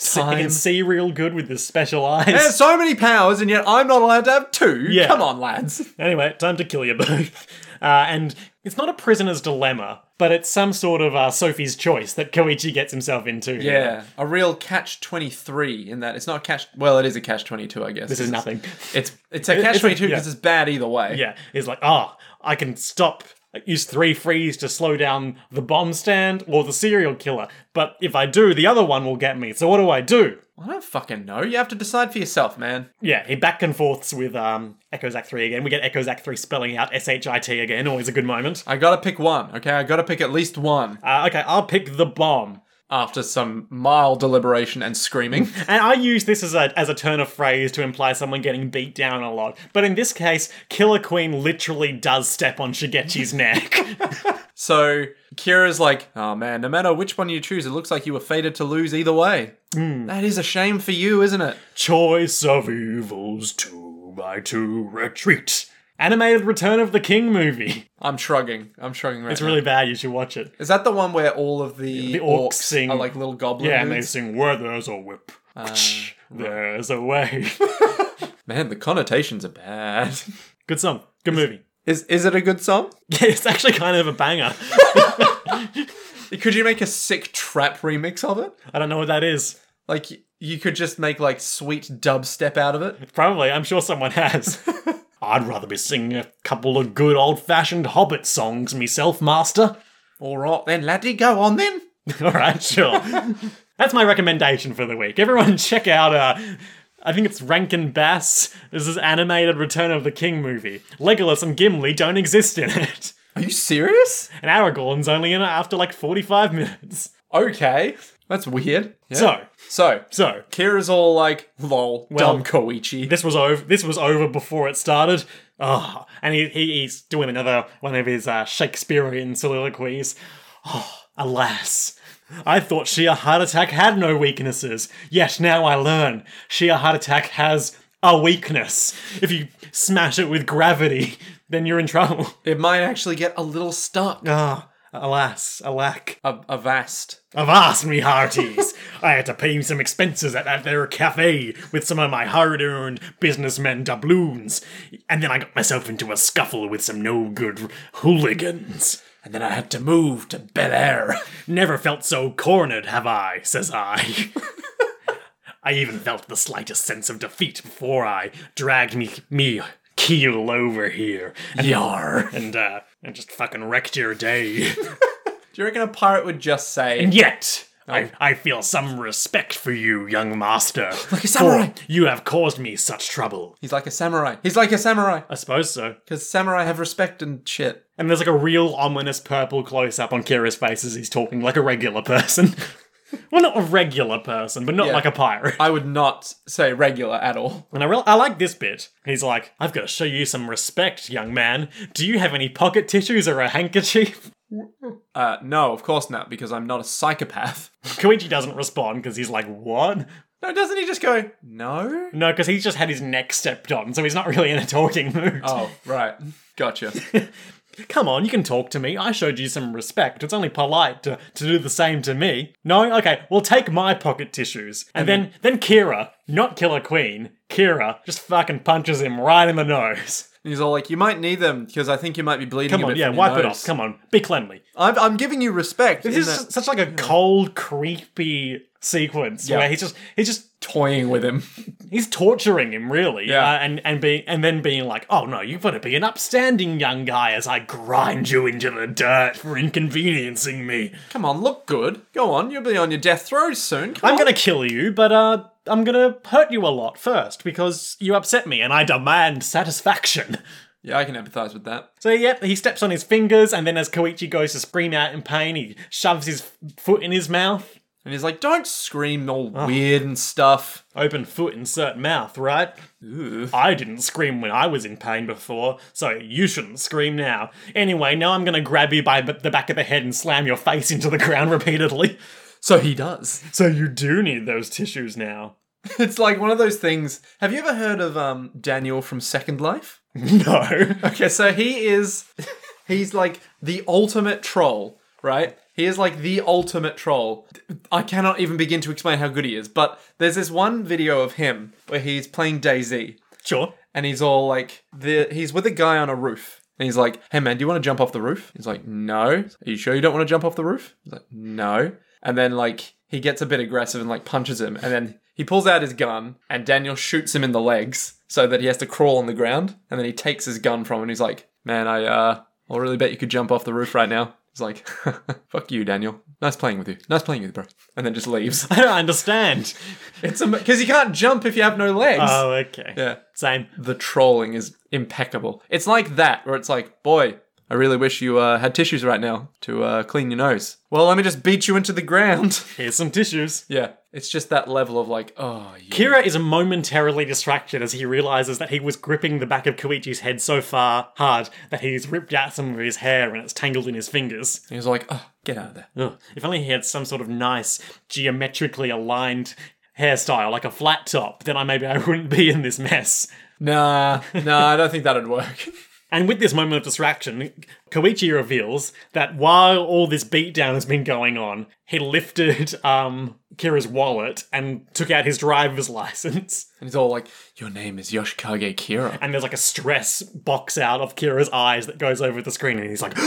Speaker 1: <laughs> see, he
Speaker 2: time.
Speaker 1: can see real good with his special eyes.
Speaker 2: There's so many powers, and yet I'm not allowed to have two.
Speaker 1: Yeah.
Speaker 2: Come on,
Speaker 1: <laughs>
Speaker 2: lads.
Speaker 1: Anyway, time to kill you both. <laughs> Uh, and it's not a prisoner's dilemma, but it's some sort of uh, Sophie's choice that Koichi gets himself into. here.
Speaker 2: Yeah, a real catch twenty three in that it's not catch. Well, it is a catch twenty two, I guess.
Speaker 1: This is nothing.
Speaker 2: It's it's a catch
Speaker 1: it's a-
Speaker 2: twenty two because
Speaker 1: yeah.
Speaker 2: it's bad either way.
Speaker 1: Yeah, he's like, ah, I can stop, use three frees to slow down the bomb stand or the serial killer. But if I do, the other one will get me. So what do I do?
Speaker 2: I don't fucking know. You have to decide for yourself, man.
Speaker 1: Yeah, he back and forths with um, Echo Zack 3 again. We get Echo Zack 3 spelling out S H I T again. Always a good moment.
Speaker 2: I gotta pick one. Okay, I gotta pick at least one
Speaker 1: Uh, okay, I'll pick the bomb.
Speaker 2: after some mild deliberation and screaming.
Speaker 1: And I use this as a as a turn of phrase to imply someone getting beat down a lot. But in this case, Killer Queen literally does step on Shigechi's <laughs> neck.
Speaker 2: So Kira's like, oh man, no matter which one you choose, it looks like you were fated to lose either way.
Speaker 1: Mm.
Speaker 2: That is a shame for you, isn't it?
Speaker 1: Choice of evils, two by two retreat. Animated Return of the King movie. <laughs>
Speaker 2: I'm shrugging. I'm shrugging right
Speaker 1: It's
Speaker 2: now.
Speaker 1: really bad. You should watch it.
Speaker 2: Is that the one where all of the,
Speaker 1: The orcs
Speaker 2: orcs,
Speaker 1: sing-
Speaker 2: are like little goblin
Speaker 1: Yeah, and they
Speaker 2: dudes?
Speaker 1: sing where there's a whip.
Speaker 2: Uh,
Speaker 1: There's a way. <laughs>
Speaker 2: Man, the connotations are bad. <laughs>
Speaker 1: Good song. Good movie. <laughs>
Speaker 2: Is is it a good song?
Speaker 1: Yeah, it's actually kind of a
Speaker 2: <laughs>
Speaker 1: banger.
Speaker 2: Could you make a sick trap remix of it?
Speaker 1: I don't know what that is.
Speaker 2: Like you could just make like sweet dubstep out of it.
Speaker 1: Probably, I'm sure someone
Speaker 2: <laughs>
Speaker 1: has. I'd rather be singing a couple of good old fashioned Hobbit songs myself, Master.
Speaker 2: All right then, laddie, go on then.
Speaker 1: <laughs> Alright, sure. That's my recommendation for the week. Everyone, <laughs> check out, uh, I think it's Rankin Bass. This is animated Return of the King movie. Legolas and Gimli don't exist in it. <laughs>
Speaker 2: Are you serious?
Speaker 1: And Aragorn's only in it after like 45 minutes.
Speaker 2: Okay, that's weird. Yeah.
Speaker 1: So,
Speaker 2: so
Speaker 1: so.
Speaker 2: Kira's all like, lol,
Speaker 1: Well,
Speaker 2: dumb Koichi.
Speaker 1: This was over. This was over before it started. Oh, and he, he, he's doing another one of his uh, Shakespearean soliloquies. Oh, alas, I thought sheer heart attack had no weaknesses. Yet now I learn sheer heart attack has a weakness. If you smash it with gravity, then you're in trouble.
Speaker 2: It might actually get a little stuck.
Speaker 1: Ah, alas, alack.
Speaker 2: A- Avast.
Speaker 1: Avast me hearties! I had to pay some expenses at that there cafe with some of my hard-earned businessmen doubloons, and then I got myself into a scuffle with some no-good hooligans.
Speaker 2: And then I had to move to Bel Air.
Speaker 1: Never felt so cornered, have I? Says I. I even felt the slightest sense of defeat before I dragged me me keel over here and
Speaker 2: Yar. <laughs>
Speaker 1: and uh, and just fucking wrecked your day.
Speaker 2: Do you reckon a pirate would just say,
Speaker 1: And yet,
Speaker 2: Oh.
Speaker 1: I, I feel some respect for you, young master.
Speaker 2: <gasps> Like a samurai.
Speaker 1: for You have caused me such trouble.
Speaker 2: He's like a samurai. He's like a samurai.
Speaker 1: I suppose so.
Speaker 2: Because samurai have respect and shit.
Speaker 1: And there's like a real ominous purple close up on Kira's face as he's talking like a regular person. <laughs> well, not a regular person, but not
Speaker 2: Yeah.
Speaker 1: like a pirate.
Speaker 2: I would not say regular at all.
Speaker 1: And I, real I like this bit. He's like, I've got to show you some respect, young man. Do you have any pocket tissues or a handkerchief? <laughs>
Speaker 2: Uh, no, of course not, because I'm not a psychopath. <laughs>
Speaker 1: Koichi doesn't respond because he's like, What?
Speaker 2: No, doesn't he just go, no?
Speaker 1: No, because he's just had his neck stepped on, so he's not really in a talking mood.
Speaker 2: Oh, right.
Speaker 1: <laughs>
Speaker 2: Gotcha.
Speaker 1: Come on, you can talk to me. I showed you some respect. It's only polite to, to do the same to me. No, okay, well take my pocket tissues. And then then Kira, not Killer Queen, Kira just fucking punches him right in the nose.
Speaker 2: He's all like, you might need them, because I think you might be bleeding
Speaker 1: Come
Speaker 2: a
Speaker 1: on,
Speaker 2: bit
Speaker 1: yeah,
Speaker 2: from your
Speaker 1: wipe it
Speaker 2: nose."
Speaker 1: off. Come on, be cleanly.
Speaker 2: I'm, I'm giving you respect. in
Speaker 1: This
Speaker 2: that-
Speaker 1: is such like a cold, creepy sequence
Speaker 2: Yeah.
Speaker 1: where he's just he's just
Speaker 2: toying with him.
Speaker 1: he's torturing him really
Speaker 2: Yeah.
Speaker 1: uh, and and being and then being like oh no you've got to be an upstanding young guy as i grind you into the dirt for inconveniencing me
Speaker 2: Come on, look good. Go on, you'll be on your death row soon. Come
Speaker 1: I'm gonna kill you, but uh, I'm gonna hurt you a lot first because you upset me and I demand satisfaction. <laughs>
Speaker 2: Yeah, I can empathize with that.
Speaker 1: So, yep, he steps on his fingers, and then as Koichi goes to scream out in pain, he shoves his f- foot in his mouth.
Speaker 2: And he's like, don't scream all weird and stuff.
Speaker 1: Open foot, insert mouth, right?
Speaker 2: Ooh.
Speaker 1: I didn't scream when I was in pain before, so you shouldn't scream now. Anyway, now I'm gonna grab you by b- the back of the head and slam your face into the ground <laughs> repeatedly.
Speaker 2: So he does. <laughs>
Speaker 1: So you do need those tissues now. <laughs>
Speaker 2: It's like one of those things. Have you ever heard of um, Daniel from Second Life?
Speaker 1: No.
Speaker 2: Okay, so he is. <laughs> He's like the ultimate troll, right? He is like the ultimate troll. I cannot even begin to explain how good he is, but there's this one video of him where he's playing Daisy
Speaker 1: Sure. <laughs>
Speaker 2: and he's all like the he's with a guy on a roof and he's like hey man do you want to jump off the roof he's like no are you sure you don't want to jump off the roof he's like no and then like he gets a bit aggressive and like punches him and then he pulls out his gun and daniel shoots him in the legs so that he has to crawl on the ground and then he takes his gun from him and he's like man i uh i really bet you could jump off the roof right now he's like <laughs> fuck you daniel nice playing with you nice playing with you bro and then just leaves <laughs>
Speaker 1: I don't understand.
Speaker 2: it's because you can't jump if you have no legs
Speaker 1: Oh, okay.
Speaker 2: yeah
Speaker 1: Same.
Speaker 2: the trolling is impeccable. It's like that, where it's like, boy, I really wish you uh, had tissues right now to uh, clean your nose. Well, let me just beat you into the ground. <laughs>
Speaker 1: Here's some tissues.
Speaker 2: yeah, it's just that level of like, oh, yeah.
Speaker 1: Kira is momentarily distracted as he realizes that he was gripping the back of Koichi's head so far hard that he's ripped out some of his hair and it's tangled in his fingers.
Speaker 2: He was like, oh, get out of there.
Speaker 1: Ugh. If only he had some sort of nice, geometrically aligned hairstyle, like a flat top, then I maybe I wouldn't be in this mess.
Speaker 2: Nah, nah, I don't think that'd work. <laughs>
Speaker 1: And with this moment of distraction, Koichi reveals that while all this beatdown has been going on, he lifted um, Kira's wallet and took out his driver's <laughs> license.
Speaker 2: and he's all like, your name is Yoshikage Kira.
Speaker 1: And there's like a stress box out of Kira's eyes that goes over the screen, and he's like, <gasps>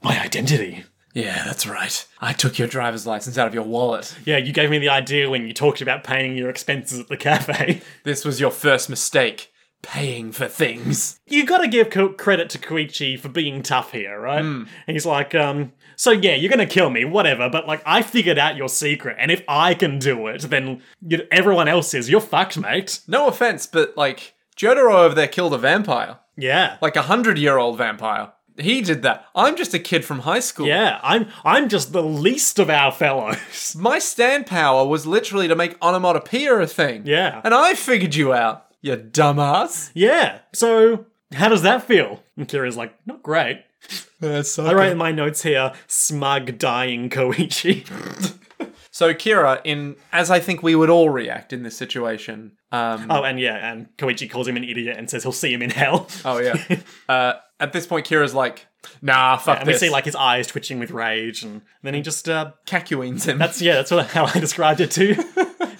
Speaker 1: My identity.
Speaker 2: Yeah, that's right. I took your driver's license out of your wallet.
Speaker 1: Yeah, you gave me the idea when you talked about paying your expenses at the cafe. <laughs>
Speaker 2: This was your first mistake. Paying for things.
Speaker 1: you got to give co- credit to Koichi for being tough here, right? And he's like, um, so yeah, you're gonna kill me, whatever. But like, I figured out your secret, and if I can do it, then you- everyone else is. You're fucked, mate.
Speaker 2: No offense, but like, Jotaro over there killed a vampire.
Speaker 1: Yeah,
Speaker 2: like a hundred year old vampire. He did that. I'm just a kid from high school.
Speaker 1: yeah. I'm I'm just the least of our fellows. <laughs>
Speaker 2: My stand power was literally to make onomatopoeia a thing.
Speaker 1: Yeah.
Speaker 2: And I figured you out, you dumbass.
Speaker 1: yeah. So how does that feel? And Kira's like, not great.
Speaker 2: That's so
Speaker 1: I write in my notes here, smug dying Koichi.
Speaker 2: So Kira, in as I think we would all react in this situation, um
Speaker 1: oh, and yeah, and Koichi calls him an idiot and says he'll see him in hell.
Speaker 2: Oh yeah. <laughs> uh at this point Kira's like, nah, fuck
Speaker 1: <laughs> And we
Speaker 2: this.
Speaker 1: see like his eyes twitching with rage, and then he just uh,
Speaker 2: Cacuines him.
Speaker 1: that's yeah, that's what, <laughs> how I described it too.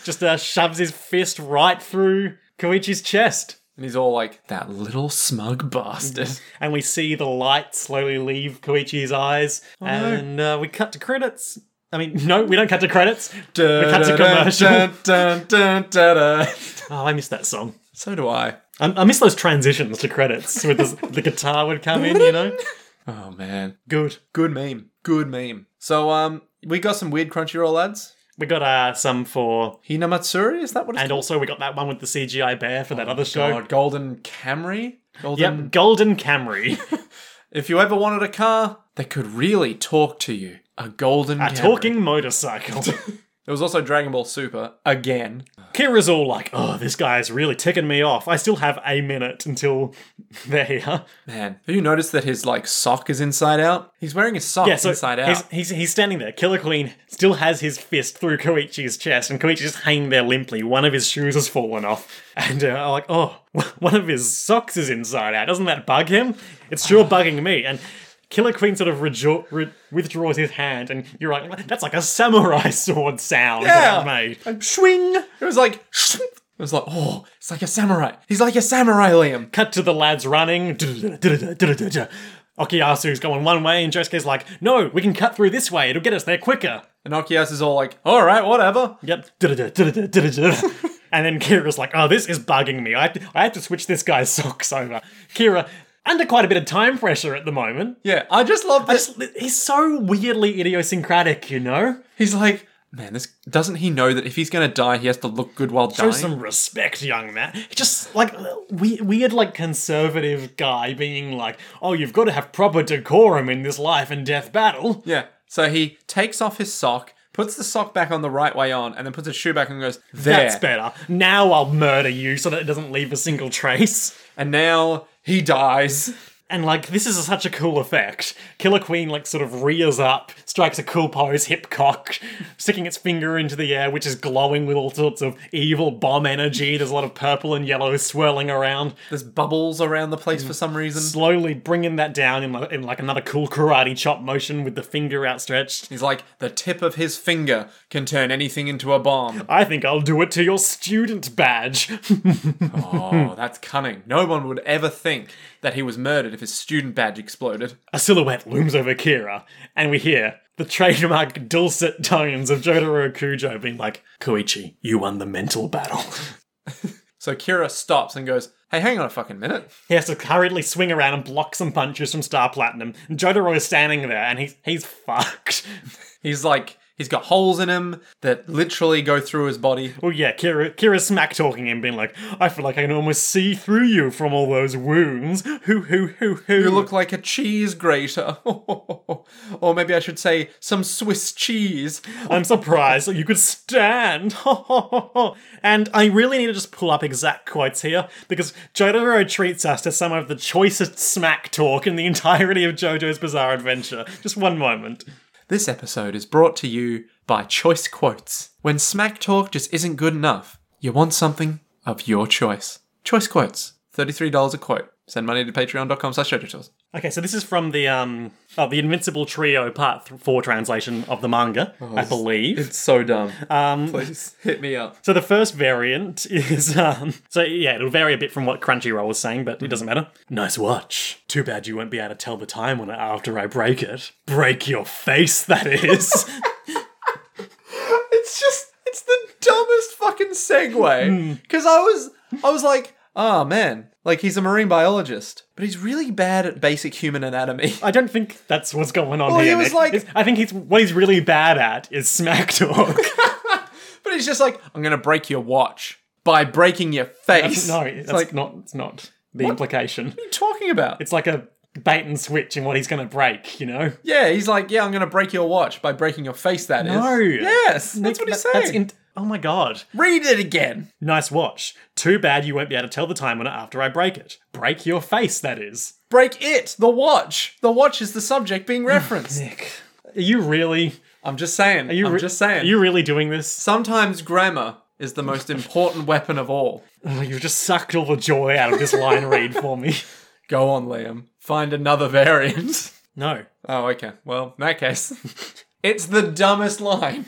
Speaker 1: just uh, shoves his fist right through Koichi's chest,
Speaker 2: and he's all like, that little smug
Speaker 1: <laughs>
Speaker 2: bastard.
Speaker 1: and we see the light slowly leave Koichi's eyes, and uh, we cut to credits. I mean, no, we don't cut to credits. we cut to commercial. Oh, I miss that song.
Speaker 2: <laughs> So do I.
Speaker 1: I, I miss those transitions to credits with this, the guitar would come in, you know.
Speaker 2: Oh man.
Speaker 1: Good.
Speaker 2: Good meme. Good meme. So, um, we got some weird Crunchyroll ads.
Speaker 1: We got uh, some for,
Speaker 2: Hinamatsuri, is that what it's
Speaker 1: and also we got that one with the CGI bear for that other show.
Speaker 2: called? Oh God, Um, Golden Camry? Golden.
Speaker 1: Yep, Golden Camry. <laughs>
Speaker 2: If you ever wanted a car that could really talk to you, a Golden
Speaker 1: A
Speaker 2: <laughs> Camry.
Speaker 1: talking motorcycle.
Speaker 2: <laughs> There was also Dragon Ball Super, again.
Speaker 1: Kira's all like, oh, this guy's really ticking me off. I still have a minute until they're here.
Speaker 2: Man, have you noticed that his, like, sock is inside out? He's wearing his sock
Speaker 1: Yeah, so
Speaker 2: inside
Speaker 1: he's,
Speaker 2: out.
Speaker 1: He's, he's standing there. Killer Queen still has his fist through Koichi's chest, and Koichi's just hanging there limply. One of his shoes has fallen off. And uh, I'm like, oh, <laughs> one of his socks is inside out. Doesn't that bug him? It's
Speaker 2: <sighs>
Speaker 1: sure bugging me. And Killer Queen sort of rejo- re- withdraws his hand, and you're like, that's like a samurai <laughs> sword sound that I
Speaker 2: Yeah.
Speaker 1: made.
Speaker 2: And swing! It was like, <sniffs> shwing. it was like, oh, it's like a samurai. He's like a samurai, Liam.
Speaker 1: Cut to the lads running. <laughs> Okiyasu's going one way, and Josuke's like, no, we can cut through this way, it'll get us there quicker.
Speaker 2: And Okias is all like, all right, whatever.
Speaker 1: Yep. And then Kira's like, oh, this is bugging me. I have, to, I have to switch this guy's <laughs> socks over. Kira, under quite a bit of time pressure at the moment.
Speaker 2: Yeah, I just love this.
Speaker 1: He's so weirdly idiosyncratic, you know?
Speaker 2: He's like, Man, this doesn't he know that if he's going to die, he has to look good while
Speaker 1: Show
Speaker 2: dying?
Speaker 1: some respect, young man. Just like we- weird, like conservative guy being like, "Oh, you've got to have proper decorum in this life and death battle."
Speaker 2: Yeah. So he takes off his sock, puts the sock back on the right way on, and then puts his shoe back and goes there.
Speaker 1: That's better. Now I'll murder you so that it doesn't leave a single trace.
Speaker 2: and now
Speaker 1: <laughs>
Speaker 2: he dies.
Speaker 1: And like this is such a cool effect. Killer Queen like sort of rears up, strikes a cool pose, <laughs> hip cock, sticking its finger into the air, which is glowing with all sorts of evil bomb energy. There's a lot of purple and yellow swirling around.
Speaker 2: There's bubbles around the
Speaker 1: Mm.
Speaker 2: place for some reason.
Speaker 1: slowly bringing that down in like, in like another cool karate chop motion with the finger outstretched.
Speaker 2: He's like, the tip of his finger can turn anything into a
Speaker 1: <laughs>
Speaker 2: bomb.
Speaker 1: I think I'll do it to your student badge. <laughs>
Speaker 2: Oh, that's cunning. No one would ever think that he was murdered if his student badge exploded.
Speaker 1: A silhouette looms over Kira, and we hear the trademark dulcet tones of Jotaro Kujo being like, Koichi, you won the mental battle. <laughs>
Speaker 2: So Kira stops and goes, Hey, hang on a fucking minute.
Speaker 1: he has to hurriedly swing around and block some punches from Star Platinum. And Jotaro is standing there, and he's, he's fucked. <laughs>
Speaker 2: He's like, he's got holes in him that literally go through his body.
Speaker 1: Well, yeah, Kira, Kira's smack talking him, being like, I feel like I can almost see through you from all those wounds. Hoo, hoo, hoo, hoo.
Speaker 2: You look like a cheese grater. <laughs> or maybe I should say some Swiss cheese.
Speaker 1: I'm surprised that you could stand. <laughs> Ho, ho, ho, ho. and I really need to just pull up exact quotes here because Jotaro treats us to some of the choicest smack talk in the entirety of JoJo's Bizarre Adventure. Just one moment.
Speaker 2: This episode is brought to you by Choice Quotes. When smack talk just isn't good enough, you want something of your choice. Choice Quotes. $33 a quote. Send money to patreon.com slash JoJoTales.
Speaker 1: Okay, so this is from the um, oh, the Invincible Trio Part th- Four translation of the manga, I believe.
Speaker 2: Oh, It's so dumb. Um, Please hit me up.
Speaker 1: So the first variant <laughs> is um so yeah, it'll vary a bit from what Crunchyroll was saying,
Speaker 2: Hmm.
Speaker 1: but it doesn't matter. Nice watch. Too bad you won't be able to tell the time on it after I break it. Break your face, that
Speaker 2: <laughs>
Speaker 1: is.
Speaker 2: It's just it's the dumbest fucking segue. Because I was I was like, oh man, like he's a marine biologist, but he's really bad at basic human anatomy. <laughs>
Speaker 1: I don't think that's what's going on
Speaker 2: Well, he
Speaker 1: here.
Speaker 2: was
Speaker 1: Nick.
Speaker 2: like-
Speaker 1: It's- I think he's what he's really bad at is smack
Speaker 2: <laughs>
Speaker 1: talk.
Speaker 2: But he's just like, I'm gonna break your watch by breaking your
Speaker 1: <laughs>
Speaker 2: face.
Speaker 1: no,
Speaker 2: it's
Speaker 1: that's
Speaker 2: like what
Speaker 1: not it's not the implication.
Speaker 2: are you talking about?
Speaker 1: It's like a bait and switch in what he's gonna break, you know?
Speaker 2: yeah, he's like, yeah, I'm gonna break your watch by breaking your face. That is.
Speaker 1: No.
Speaker 2: Yes, that's
Speaker 1: Nick,
Speaker 2: what he's
Speaker 1: that-
Speaker 2: saying.
Speaker 1: that's in- oh my god.
Speaker 2: Read it again.
Speaker 1: Nice watch. Too bad you won't be able to tell the time on it after I break it. Break your face, that is.
Speaker 2: Break it. The watch. The watch is the subject being referenced.
Speaker 1: Oh, Nick. Are you really?
Speaker 2: I'm just saying.
Speaker 1: You
Speaker 2: I'm
Speaker 1: re-
Speaker 2: just saying.
Speaker 1: Are you really doing this?
Speaker 2: Sometimes grammar is the most important <laughs> weapon of all.
Speaker 1: Ugh, Oh, You've just sucked all the joy out of this line read for
Speaker 2: <laughs>
Speaker 1: me.
Speaker 2: Go on, Liam. Find another variant. <laughs>
Speaker 1: No.
Speaker 2: oh, okay. Well, in that case, <laughs> it's the dumbest line.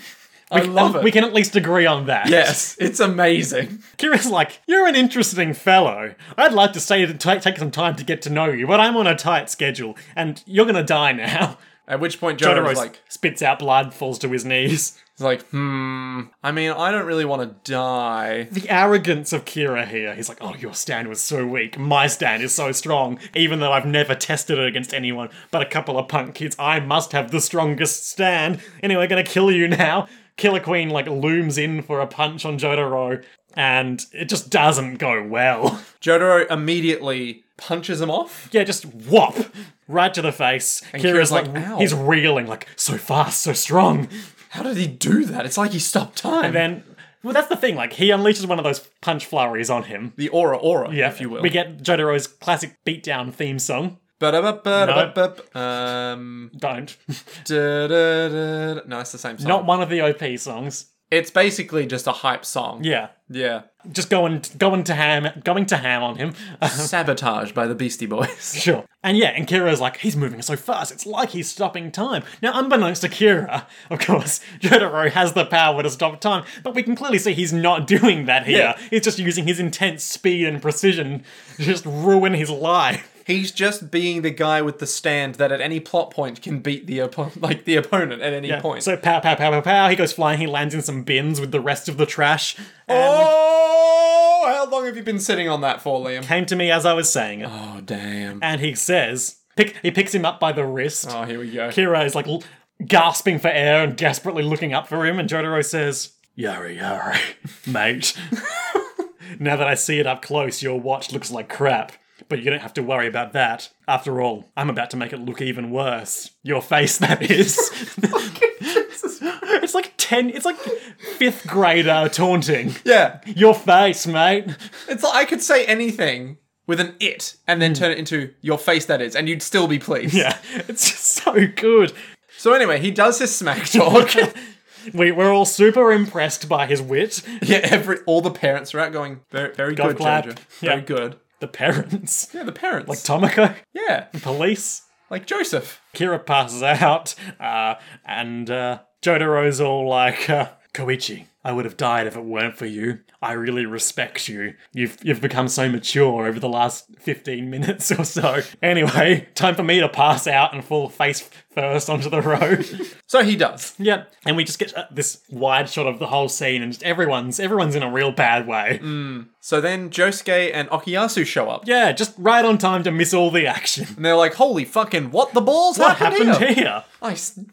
Speaker 2: I
Speaker 1: We-
Speaker 2: love it.
Speaker 1: We can at least agree on that.
Speaker 2: yes, it's amazing.
Speaker 1: <laughs> Kira's like, You're an interesting fellow. I'd like to stay and ta- take some time to get to know you, but I'm on a tight schedule, and you're gonna die now.
Speaker 2: At which point, Jotaro's
Speaker 1: Todoro's
Speaker 2: like,
Speaker 1: spits out blood, falls to his knees.
Speaker 2: he's like, hmm. I mean, I don't really want to die.
Speaker 1: the arrogance of Kira here. He's like, oh, your stand was so weak. My stand is so strong, even though I've never tested it against anyone but a couple of punk kids. I must have the strongest stand. Anyway, gonna kill you now. Killer Queen, like, looms in for a punch on Jotaro, and it just doesn't go well. <laughs>
Speaker 2: Jotaro immediately punches him off.
Speaker 1: Yeah, just whop! Right to the face. Kira's,
Speaker 2: Kira's
Speaker 1: like,
Speaker 2: like, "Ow."
Speaker 1: he's reeling, like, so fast, so strong.
Speaker 2: How did he do that? It's like he stopped time.
Speaker 1: Then, well, that's the thing, like, he unleashes one of those punch flurries on him.
Speaker 2: the aura, aura,
Speaker 1: Yeah,
Speaker 2: if you will.
Speaker 1: We get Jotaro's classic beatdown theme song.
Speaker 2: Ba-da-ba-ba-da-ba-ba. Um,
Speaker 1: Don't. <laughs>
Speaker 2: da-da-da-da. No, it's the same song.
Speaker 1: Not one of the OP songs.
Speaker 2: It's basically just a hype song.
Speaker 1: Yeah.
Speaker 2: Yeah.
Speaker 1: Just going going to ham going to ham on him. <laughs>
Speaker 2: Sabotage by the Beastie Boys. <laughs>
Speaker 1: sure. And yeah, and Kira's like, he's moving so fast, it's like he's stopping time. Now, unbeknownst to Kira, <laughs> of course, Jotaro has the power to stop time, but we can clearly see he's not <laughs> doing that here.
Speaker 2: Yeah.
Speaker 1: He's just using his intense speed and precision to just ruin his life.
Speaker 2: He's just being the guy with the stand that at any plot point can beat the oppo- like the opponent at any point.
Speaker 1: So pow pow pow pow pow, he goes flying, he lands in some bins with the rest of the trash. And
Speaker 2: oh, how long have you been sitting on that for, Liam?
Speaker 1: came to me as I was saying it.
Speaker 2: Oh, damn.
Speaker 1: And he says, pick, he picks him up by the wrist.
Speaker 2: Oh, here we go.
Speaker 1: Kira is like, gasping for air and desperately looking up for him, and Jotaro says, Yari, yari, <laughs> mate. now that I see it up close, your watch looks like crap. But you don't have to worry about that. After all, I'm about to make it look even worse. Your face, that is. <laughs> it's like 10, it's like fifth grader taunting.
Speaker 2: <laughs> Yeah.
Speaker 1: Your face, mate.
Speaker 2: It's like I could say anything with an it and then turn it into your face that is, and you'd still be pleased.
Speaker 1: Yeah, <laughs> it's just so good.
Speaker 2: So anyway, he does his <laughs> smack talk.
Speaker 1: We, we're all super impressed by his wit.
Speaker 2: yeah, every all the parents are out going, very very good,
Speaker 1: clap.
Speaker 2: Jojo.
Speaker 1: Yeah.
Speaker 2: Very good.
Speaker 1: The parents,
Speaker 2: Yeah, the parents. Like
Speaker 1: Tomoko,
Speaker 2: yeah.
Speaker 1: police,
Speaker 2: Like Joseph.
Speaker 1: Kira passes out, uh, and uh, Jotaro's all like, uh, Koichi, I would have died if it weren't for you. I really respect you. You've, you've become so mature over the last 15 minutes or so. Anyway, time for me to pass out and fall face first onto the road. <laughs>
Speaker 2: So he does.
Speaker 1: yeah, and we just get uh, this wide shot of the whole scene, and just everyone's everyone's in a real bad way.
Speaker 2: So then Josuke and Okuyasu show up.
Speaker 1: Yeah, just right on time to miss all the action.
Speaker 2: And they're like, holy fucking, what the balls
Speaker 1: What
Speaker 2: happened,
Speaker 1: happened
Speaker 2: here?
Speaker 1: here?
Speaker 2: I, s- <laughs>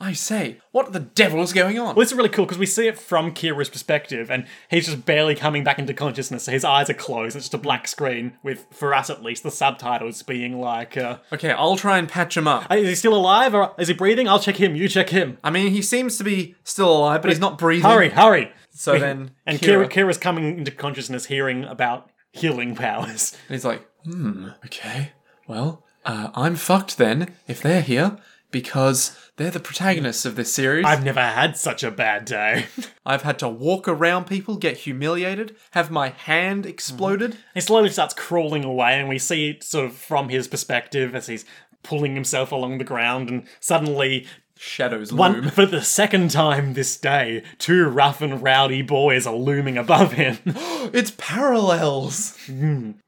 Speaker 2: I say, what the devil is going on?
Speaker 1: Well, this is really cool because we see it from Kira's perspective, and he's just barely coming back into consciousness. So his eyes are closed. It's just a black screen with, for us at least, the subtitles being like, uh,
Speaker 2: Okay, I'll try and patch him up.
Speaker 1: "Is he still alive? Or is he breathing? I'll check him. You check him.
Speaker 2: I mean, he seems to be still alive, but he's not breathing.
Speaker 1: Hurry, hurry!"
Speaker 2: So then,
Speaker 1: <laughs> and
Speaker 2: Kira,
Speaker 1: Kira, Kira's coming into consciousness, hearing about healing powers. <laughs>
Speaker 2: and he's like, hmm, okay, well, uh, I'm fucked then if they're here because they're the protagonists of this series.
Speaker 1: I've never had such a bad day. <laughs>
Speaker 2: I've had to walk around people, get humiliated, have my hand exploded.
Speaker 1: He slowly starts crawling away, and we see it sort of from his perspective as he's pulling himself along the ground, and suddenly
Speaker 2: Shadows loom. <laughs>
Speaker 1: One, for the second time this day, two rough and rowdy boys are looming above him. <laughs>
Speaker 2: It's parallels.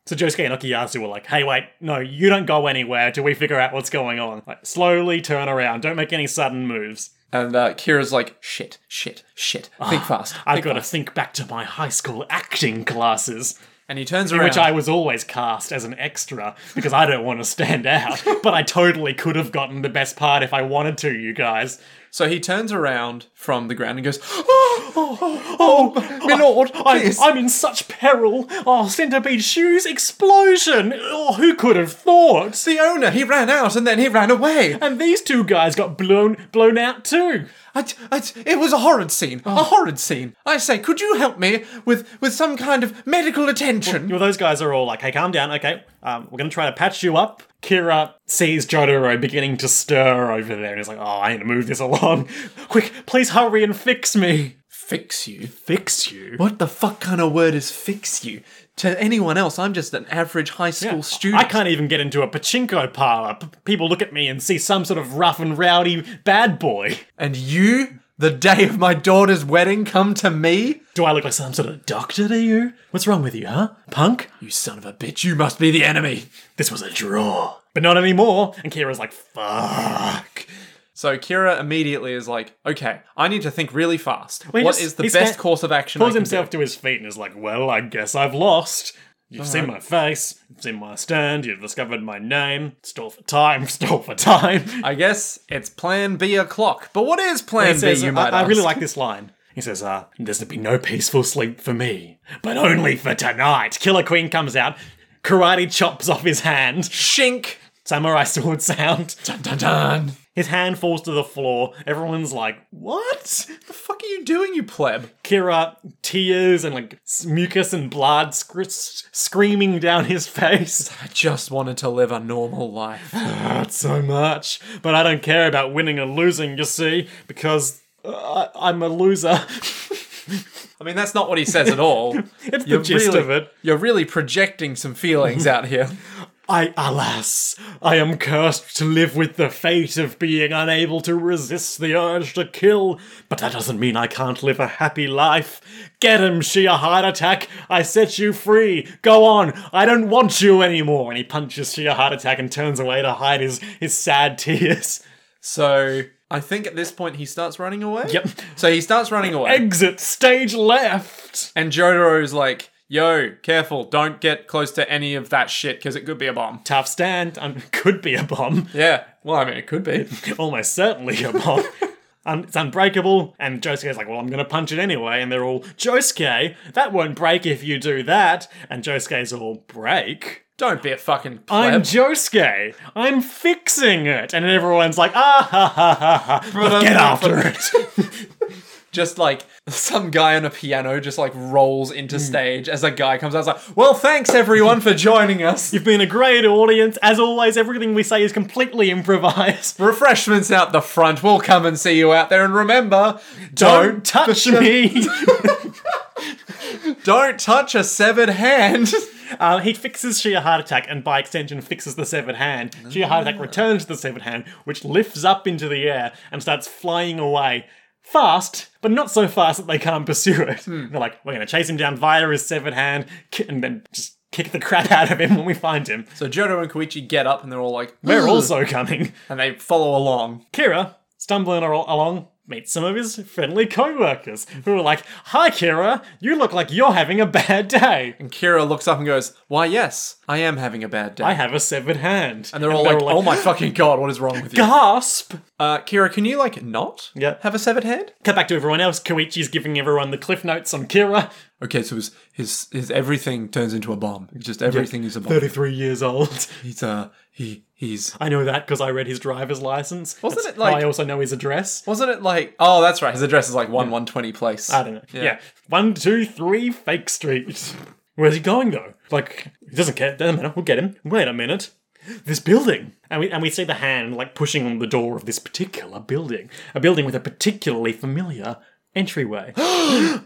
Speaker 1: so Josuke and Okuyasu were like, hey, wait, no, you don't go anywhere till we figure out what's going on. Like, slowly turn around, don't make any sudden moves.
Speaker 2: And uh, Kira's like, shit, shit, shit.
Speaker 1: Ah.
Speaker 2: Think fast.
Speaker 1: I've got to think back to my high school acting classes,
Speaker 2: And he turns around.
Speaker 1: which I was always cast as an extra because I don't want to stand out, but I totally could have gotten the best part if I wanted to, you guys.
Speaker 2: So he turns around from the ground
Speaker 1: <gasps>
Speaker 2: and goes, oh, oh, oh, oh my lord,
Speaker 1: I,
Speaker 2: please.
Speaker 1: I'm in such peril. Oh, centipede shoes, explosion. Oh, who could have thought?
Speaker 2: It's the owner. He ran out and then he ran away.
Speaker 1: And these two guys got blown blown out too.
Speaker 2: I, I, it was a horrid scene.
Speaker 1: Oh.
Speaker 2: A horrid scene. I say, could you help me with, with some kind of medical attention?
Speaker 1: Well, those guys are all like, "Hey, calm down. Okay, um, we're gonna try to patch you up." Kira sees Jotaro beginning to stir over there, and he's like, "Oh, I need to move this along. Quick, please hurry and fix me.
Speaker 2: Fix you.
Speaker 1: Fix you."
Speaker 2: What the fuck kind of word is fix you? To anyone else, I'm just an average high school student.
Speaker 1: <laughs> I can't even get into a pachinko parlor. P- people look at me and see some sort of rough and rowdy bad boy.
Speaker 2: And you, the day of my daughter's wedding, come to me?
Speaker 1: Do I look like some sort of doctor to you? What's wrong with you, huh? Punk?
Speaker 2: You son of a bitch, you must be the enemy.
Speaker 1: This was a draw. But not anymore. And Kira's like, fuck.
Speaker 2: So Kira immediately is like, okay, I need to think really fast. What is
Speaker 1: just-
Speaker 2: the
Speaker 1: he
Speaker 2: best
Speaker 1: sta-
Speaker 2: course of action? I
Speaker 1: Pulls
Speaker 2: can
Speaker 1: himself to his feet and is like, well, I guess I've lost. You've seen my face, you've seen my stand, you've discovered my name. Stall for time, <laughs> stall for time.
Speaker 2: do? I guess it's Plan B o'clock. But what is
Speaker 1: He
Speaker 2: Plan
Speaker 1: says,
Speaker 2: B? You
Speaker 1: I,
Speaker 2: might
Speaker 1: I really
Speaker 2: ask?
Speaker 1: like this line. He says, uh, there's to be no peaceful sleep for me, but only for tonight. Killer Queen comes out, karate chops off his hand,
Speaker 2: Shink.
Speaker 1: samurai sword sound.
Speaker 2: Dun dun dun.
Speaker 1: His hand falls to the floor. Everyone's like, "What?"
Speaker 2: The fuck are you doing, you pleb?
Speaker 1: Kira tears and like s- mucus and blood sc- s- screaming down his face. <laughs>
Speaker 2: I just wanted to live a normal life.
Speaker 1: Not so much, but I don't care about winning or losing. You see, because uh, I- I'm a loser. <laughs>
Speaker 2: I mean, that's not what he says at <laughs> all.
Speaker 1: it's the gist
Speaker 2: really,
Speaker 1: of it.
Speaker 2: You're really projecting some feelings out <laughs> here.
Speaker 1: I, alas, I am cursed to live with the fate of being unable to resist the urge to kill, but that doesn't mean I can't live a happy life. Get him, she a heart attack. I set you free. Go on. I don't want you anymore. And he punches she a heart attack and turns away to hide his, his sad tears. <laughs>
Speaker 2: So I think at this point he starts running away.
Speaker 1: Yep.
Speaker 2: So he starts running away.
Speaker 1: Exit stage left.
Speaker 2: And Jotaro's like, yo, careful, don't get close to any of that shit because it could be a bomb.
Speaker 1: Tough stand. Um, could be a bomb.
Speaker 2: Yeah. Well, I mean, it could be. <laughs>
Speaker 1: Almost certainly a <laughs> bomb. Un- it's unbreakable, and Josuke's like, Well, I'm gonna punch it anyway. And they're all, Josuke, that won't break if you do that. And Josuke's all, Break?
Speaker 2: Don't be a fucking pleb.
Speaker 1: I'm Josuke. I'm fixing it. And everyone's like, Ah ha ha ha ha. Get after it. <laughs>
Speaker 2: just like <laughs> some guy on a piano just like rolls into stage as a guy comes out. It's like, well, thanks everyone for joining <laughs> us.
Speaker 1: You've been a great audience. As always, everything we say is completely improvised.
Speaker 2: Refreshments out the front. We'll come and see you out there. And remember,
Speaker 1: Don't
Speaker 2: don't
Speaker 1: touch <laughs> me.
Speaker 2: don't touch a severed hand. <laughs>
Speaker 1: Uh, he fixes Sheer Heart Attack and by extension fixes the severed hand. Sheer Heart Attack returns to the severed hand, which lifts up into the air and starts flying away. Fast, but not so fast that they can't pursue it. They're like, we're going to chase him down via his severed hand ki- and then just kick the crap out of him when we find him.
Speaker 2: so Jodo and Koichi get up and they're all like,
Speaker 1: We're
Speaker 2: "Ugh,"
Speaker 1: also coming.
Speaker 2: and they follow along.
Speaker 1: Kira, stumbling al- along, meets some of his friendly co workers who are like, Hi, Kira, you look like you're having a bad day.
Speaker 2: And Kira looks up and goes, "Why, yes, I am having a bad day."
Speaker 1: I have a severed hand.
Speaker 2: and they're all like, "Oh my fucking <laughs> god, what is wrong with you?"
Speaker 1: gasp!
Speaker 2: Uh, Kira, can you like not
Speaker 1: Yeah.
Speaker 2: have a severed hand?
Speaker 1: Cut back to everyone else. Koichi's giving everyone the cliff notes on Kira.
Speaker 2: Okay, so his his his everything turns into a bomb. Just everything is a bomb.
Speaker 1: 33 years old.
Speaker 2: He's uh he he's
Speaker 1: I know that because I read his driver's license.
Speaker 2: Wasn't
Speaker 1: That's
Speaker 2: it like-
Speaker 1: how I also know his address.
Speaker 2: wasn't it like oh that's right his address is like one one twenty place.
Speaker 1: I don't know. Yeah. One, two, three, Fake Street. Where's he going though? Like, he doesn't care. Doesn't matter. We'll get him. Wait a minute. This building. And we, and we see the hand, like, pushing on the door of this particular building. A building with a particularly familiar entryway. <gasps>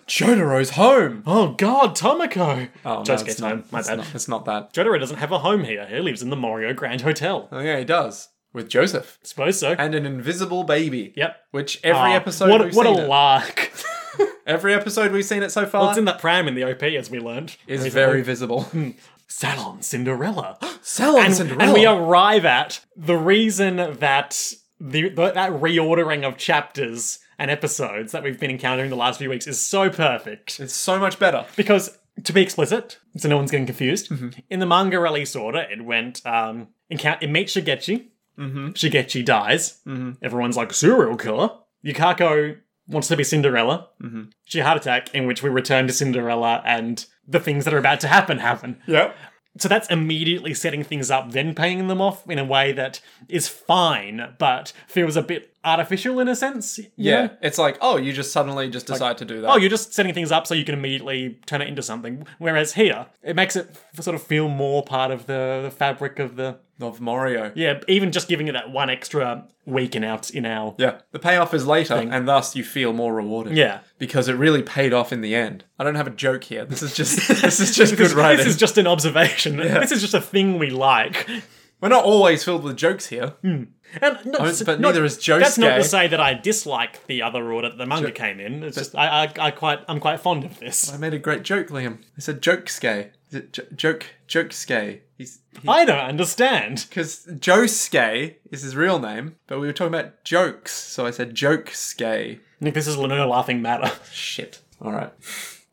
Speaker 2: Jotaro's home. Oh,
Speaker 1: oh, God, Tomoko! Just
Speaker 2: it's
Speaker 1: get home.
Speaker 2: not,
Speaker 1: My
Speaker 2: it's
Speaker 1: bad.
Speaker 2: Not, it's not that.
Speaker 1: Jotaro doesn't have a home here. He lives in the Morio Grand Hotel.
Speaker 2: Oh yeah, he does with Joseph
Speaker 1: Suppose so.
Speaker 2: and an invisible baby.
Speaker 1: Yep.
Speaker 2: Which every
Speaker 1: Ah,
Speaker 2: episode
Speaker 1: What,
Speaker 2: we've
Speaker 1: what
Speaker 2: seen
Speaker 1: a
Speaker 2: it.
Speaker 1: lark! <laughs>
Speaker 2: every episode we've seen it so far
Speaker 1: it's in that pram in the OP, as we learned.
Speaker 2: is
Speaker 1: Recently.
Speaker 2: very visible. <laughs>
Speaker 1: Salon Cinderella,
Speaker 2: <gasps> Salon
Speaker 1: and,
Speaker 2: Cinderella.
Speaker 1: and we arrive at the reason that the, the that reordering of chapters and episodes that we've been encountering the last few weeks is so perfect
Speaker 2: It's so much better.
Speaker 1: because to be explicit, so no one's getting confused. In the manga release order, it went um, encounter it meets Shigechi. Mm-hmm. Shigechi dies. Everyone's like serial killer. Yukako wants to be Cinderella. Mm-hmm. She heart attack, in which we return to Cinderella, and the things that are about to happen happen.
Speaker 2: Yep.
Speaker 1: So that's immediately setting things up, then paying them off in a way that is fine, but feels a bit artificial in a sense. you
Speaker 2: Yeah.
Speaker 1: know?
Speaker 2: It's like oh you just suddenly just decide to do that.
Speaker 1: Oh, you're just setting things up so you can immediately turn it into something. Whereas here, it makes it f- sort of feel more part of the, the fabric of the.
Speaker 2: of Mario.
Speaker 1: Yeah, even just giving it that one extra week in our. In our
Speaker 2: Yeah, the payoff is later, and thus you feel more rewarded.
Speaker 1: Yeah.
Speaker 2: because it really paid off in the end. I don't have a joke here. This is just this is just good
Speaker 1: This,
Speaker 2: writing.
Speaker 1: this is just an observation. This is just a thing we like.
Speaker 2: We're not always filled with jokes here.
Speaker 1: And not,
Speaker 2: Oh,
Speaker 1: not-
Speaker 2: but neither is Josuke.
Speaker 1: That's not to say that I dislike the other order that the manga came in. It's just I, I, I quite I'm quite fond of this.
Speaker 2: I made a great joke, Liam. I said joke skay. Is it jo- joke joke skay? He's
Speaker 1: I don't understand.
Speaker 2: because Joe Skay is his real name, but we were talking about jokes, so I said joke skay.
Speaker 1: Nick, this is no laughing matter.
Speaker 2: Shit. All right.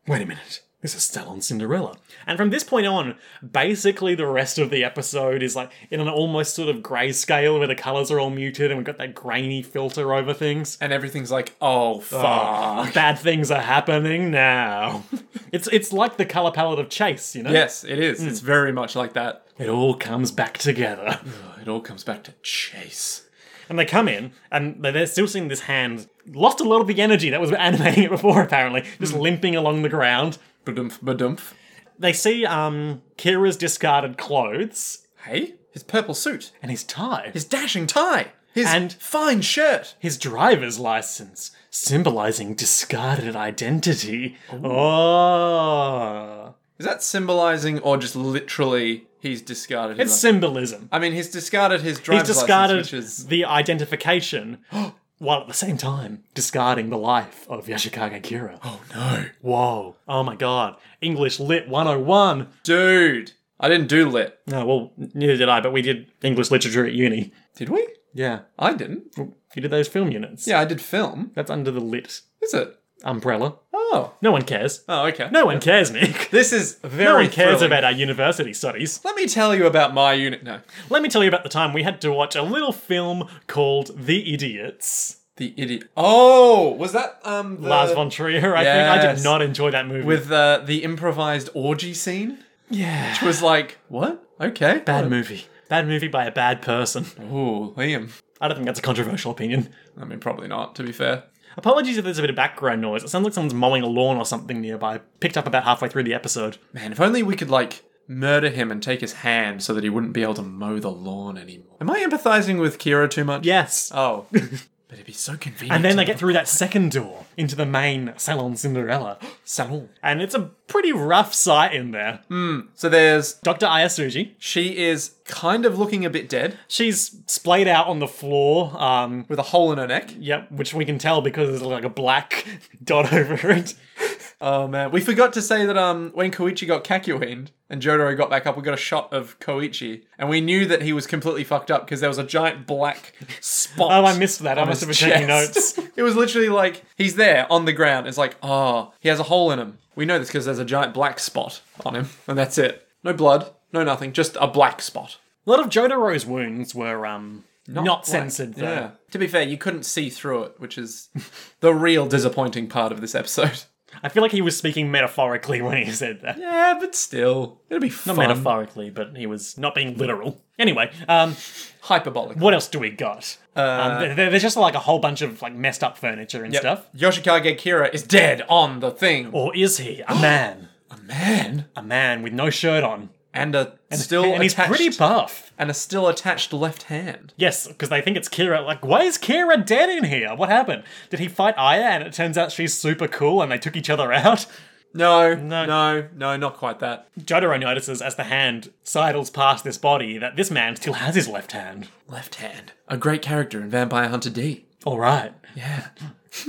Speaker 1: Wait a minute. This is Stallone Cinderella. And from this point on, basically the rest of the episode is like in an almost sort of grayscale where the colours are all muted and we've got that grainy filter over things.
Speaker 2: And everything's like, oh fuck.
Speaker 1: Bad things are happening now. it's it's like the colour palette of Chase, you know?
Speaker 2: Yes, it is. It's very much like that.
Speaker 1: It all comes back together.
Speaker 2: It all comes back to chase.
Speaker 1: And they come in, and they're- they're still seeing this hand. Lost a lot of the energy that was animating it before, apparently, just limping along the ground.
Speaker 2: Badumph, badumph.
Speaker 1: They see um, Kira's discarded clothes
Speaker 2: Hey, his purple suit,
Speaker 1: and his tie, his,
Speaker 2: his dashing tie, his
Speaker 1: And-
Speaker 2: fine shirt.
Speaker 1: driver's license, symbolizing discarded identity. Oh,
Speaker 2: Is that symbolizing or just literally he's discarded his?
Speaker 1: it's symbolism.
Speaker 2: I mean, he's discarded his
Speaker 1: He's
Speaker 2: driver's
Speaker 1: discarded
Speaker 2: license, which is
Speaker 1: the identification <gasps> while at the same time discarding the life of Yashikage Kira.
Speaker 2: oh no,
Speaker 1: <gasps> Whoa. Oh my god. English Lit 101.
Speaker 2: dude. I didn't do lit.
Speaker 1: No, well, neither did I, but we did English literature at uni.
Speaker 2: Did we?
Speaker 1: Yeah.
Speaker 2: I didn't.
Speaker 1: You did those film units.
Speaker 2: Yeah, I did film.
Speaker 1: That's under the lit
Speaker 2: Is it?
Speaker 1: umbrella.
Speaker 2: Oh.
Speaker 1: No one cares.
Speaker 2: Oh, okay.
Speaker 1: No one cares, Nick.
Speaker 2: This is very.
Speaker 1: No one cares
Speaker 2: thrilling.
Speaker 1: about our university studies.
Speaker 2: Let me tell you about my unit. No,
Speaker 1: Let me tell you about the time we had to watch a little film called The Idiots.
Speaker 2: the idiot. Oh, was that um the,
Speaker 1: Lars von Trier, I think. I did
Speaker 2: Yes.
Speaker 1: not enjoy that movie.
Speaker 2: with uh, the improvised orgy scene?
Speaker 1: yeah.
Speaker 2: It was like what? Okay,
Speaker 1: Bad movie. Bad movie by a bad person.
Speaker 2: Ooh, Liam.
Speaker 1: I don't think that's a controversial opinion.
Speaker 2: I mean, probably not. To be fair.
Speaker 1: Apologies if there's a bit of background noise. It sounds like someone's mowing a lawn or something nearby. Picked up about halfway through the episode.
Speaker 2: Man, if only we could, like, murder him and take his hand so that he wouldn't be able to mow the lawn anymore. Am I empathizing with Kira too much?
Speaker 1: Yes. <laughs>
Speaker 2: Oh. but it'd be so convenient.
Speaker 1: Uh, and then
Speaker 2: to
Speaker 1: they
Speaker 2: mow
Speaker 1: get through that second door into the main Salon Cinderella.
Speaker 2: salon.
Speaker 1: And it's a pretty rough sight in there.
Speaker 2: So there's.
Speaker 1: Dr. Ayasuji,
Speaker 2: She is kind of looking a bit dead
Speaker 1: she's splayed out on the floor, um,
Speaker 2: with a hole in her neck.
Speaker 1: Yep, which we can tell because there's like a black <laughs> dot over it.
Speaker 2: Oh, man. We forgot to say that um, when Koichi got Kakuined and Jodoro got back up, we got a shot of Koichi. And we knew that he was completely fucked up because there was a giant black spot.
Speaker 1: Oh, I missed that. I must have been taking
Speaker 2: chest. <laughs>
Speaker 1: notes.
Speaker 2: it was literally like he's there on the ground. It's like, oh, he has a hole in him. We know this because there's a giant black spot on him, <laughs> and that's it. No blood, no nothing, just a black spot.
Speaker 1: A lot of Jotaro's wounds were um not,
Speaker 2: black.
Speaker 1: censored though.
Speaker 2: Yeah. To be fair, you couldn't see through it, which is the real disappointing part of this episode. <laughs>
Speaker 1: I feel like he was speaking metaphorically when he said that.
Speaker 2: Yeah, but still, it'll be fun.
Speaker 1: Not metaphorically, but he was not being literal. Anyway, um,
Speaker 2: Hyperbolic.
Speaker 1: what else do we got?
Speaker 2: Uh,
Speaker 1: um, there- there- there's just like a whole bunch of like messed up furniture and stuff. Oh.
Speaker 2: Yoshikage Kira is dead on the thing.
Speaker 1: Or is he a man?
Speaker 2: Man,
Speaker 1: A man with no shirt on,
Speaker 2: and a still
Speaker 1: and he's
Speaker 2: attached
Speaker 1: pretty buff.
Speaker 2: and a still attached left hand.
Speaker 1: Yes, because they think it's Kira. Like, why is Kira dead in here? What happened? Did he fight Aya and it turns out she's super cool and they took each other out? <laughs>
Speaker 2: No,
Speaker 1: No.
Speaker 2: no, no, no, not quite that.
Speaker 1: Jotaro notices as the hand sidles past this body that this man still has his left hand.
Speaker 2: Left Hand, a great character in Vampire Hunter D.
Speaker 1: All right.
Speaker 2: Yeah. <laughs>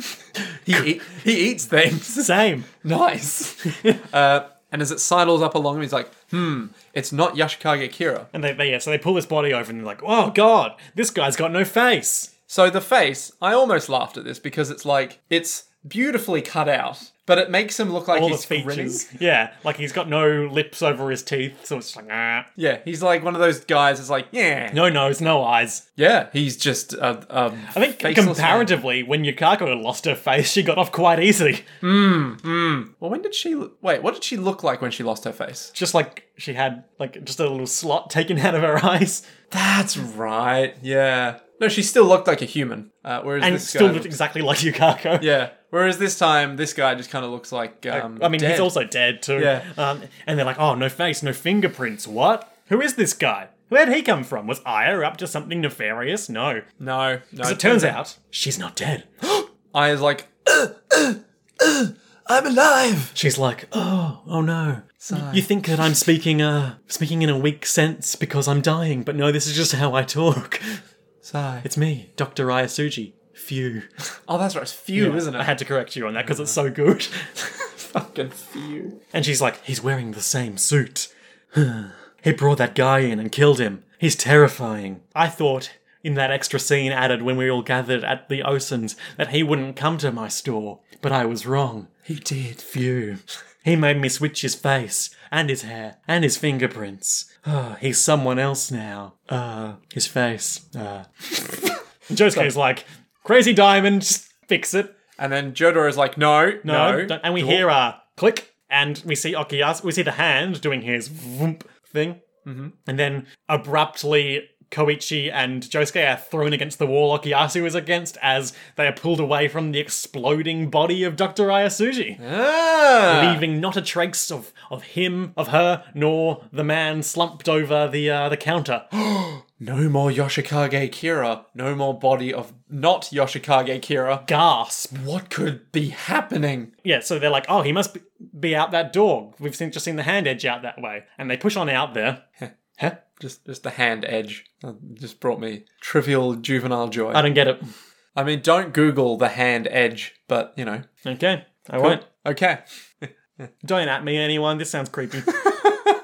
Speaker 2: he, eat, he eats things. <laughs>
Speaker 1: Same.
Speaker 2: Nice.
Speaker 1: <laughs>
Speaker 2: uh, and as it sidles up along him, he's like, hmm, it's not Yashikage Kira.
Speaker 1: And they, they yeah, so they pull this body over and they're like, oh god, this guy's got no face.
Speaker 2: So the face, I almost laughed at this because it's like, it's beautifully cut out, but it makes him look like
Speaker 1: All
Speaker 2: he's
Speaker 1: the
Speaker 2: grinning.
Speaker 1: features. Yeah, like he's got no lips over his teeth, so it's just like, ah.
Speaker 2: Yeah, he's like one of those guys that's like, yeah.
Speaker 1: No nose, no eyes.
Speaker 2: Yeah, he's just a. a
Speaker 1: I think
Speaker 2: faceless man.
Speaker 1: comparatively, when Yukako lost her face, she got off quite easy.
Speaker 2: Well, when did she. lo- Wait, what did she look like when she lost her face?
Speaker 1: just like she had like just a little slot taken out of her eyes
Speaker 2: That's right, yeah. No, she still looked like a human. Uh, whereas
Speaker 1: and
Speaker 2: this
Speaker 1: still
Speaker 2: guy
Speaker 1: looked exactly like Yukako.
Speaker 2: Yeah. Whereas this time, this guy just kind of looks like. Um,
Speaker 1: <laughs> I mean,
Speaker 2: dead.
Speaker 1: he's also dead too.
Speaker 2: Yeah.
Speaker 1: Um, and they're like, oh, no face, no fingerprints. What? Who is this guy? Where'd he come from? Was Aya up to something nefarious? No.
Speaker 2: No, no.
Speaker 1: As it turns out, she's not dead.
Speaker 2: I is like. "Ugh, ugh, ugh, I'm alive.
Speaker 1: <gasps> She's like, oh, oh no.
Speaker 2: Sigh.
Speaker 1: You think that I'm speaking, uh, speaking in a weak sense because I'm dying, but no, this is just how I talk. <laughs>
Speaker 2: Sigh.
Speaker 1: It's me, Dr. Ayasuji. Phew.
Speaker 2: Oh, that's right. It's few,
Speaker 1: <laughs>
Speaker 2: isn't
Speaker 1: I
Speaker 2: it?
Speaker 1: had to correct you on that because it's so <laughs> good.
Speaker 2: <laughs> Fucking few.
Speaker 1: And she's like, he's wearing the same suit. <sighs> he brought that guy in and killed him. He's terrifying. I thought, in that extra scene added when we all gathered at the Osons, that he wouldn't come to my store. But I was wrong.
Speaker 2: He did.
Speaker 1: Phew. He made me switch his face, and his hair, and his fingerprints. Oh, he's someone else now. Uh, his face. <laughs> Uh. Josuke's like, crazy diamond, just fix it.
Speaker 2: And then Jodor is like, no,
Speaker 1: No,
Speaker 2: no.
Speaker 1: don't- and we hear a click, and we see Okuyasu, we see the hand doing his vroomp thing, mm-hmm. and then abruptly Koichi and Josuke are thrown against the wall Okuyasu is against as they are pulled away from the exploding body of Dr. Ayasuji,
Speaker 2: Ah.
Speaker 1: leaving not a trace of, of him, of her, nor the man slumped over the uh, the counter. <gasps>
Speaker 2: No more Yoshikage Kira. No more body of not Yoshikage Kira.
Speaker 1: Gasp.
Speaker 2: What could be happening?
Speaker 1: Yeah, so they're like, oh, he must be- be out that door. We've seen, just seen the hand edge out that way. And they push on out there. Huh?
Speaker 2: Just, just the hand edge. That just brought me trivial juvenile joy.
Speaker 1: I don't get it.
Speaker 2: I mean, don't Google the hand edge, but you know.
Speaker 1: Okay, I won't.
Speaker 2: Okay.
Speaker 1: Don't at me, anyone. This sounds
Speaker 2: <laughs>
Speaker 1: creepy.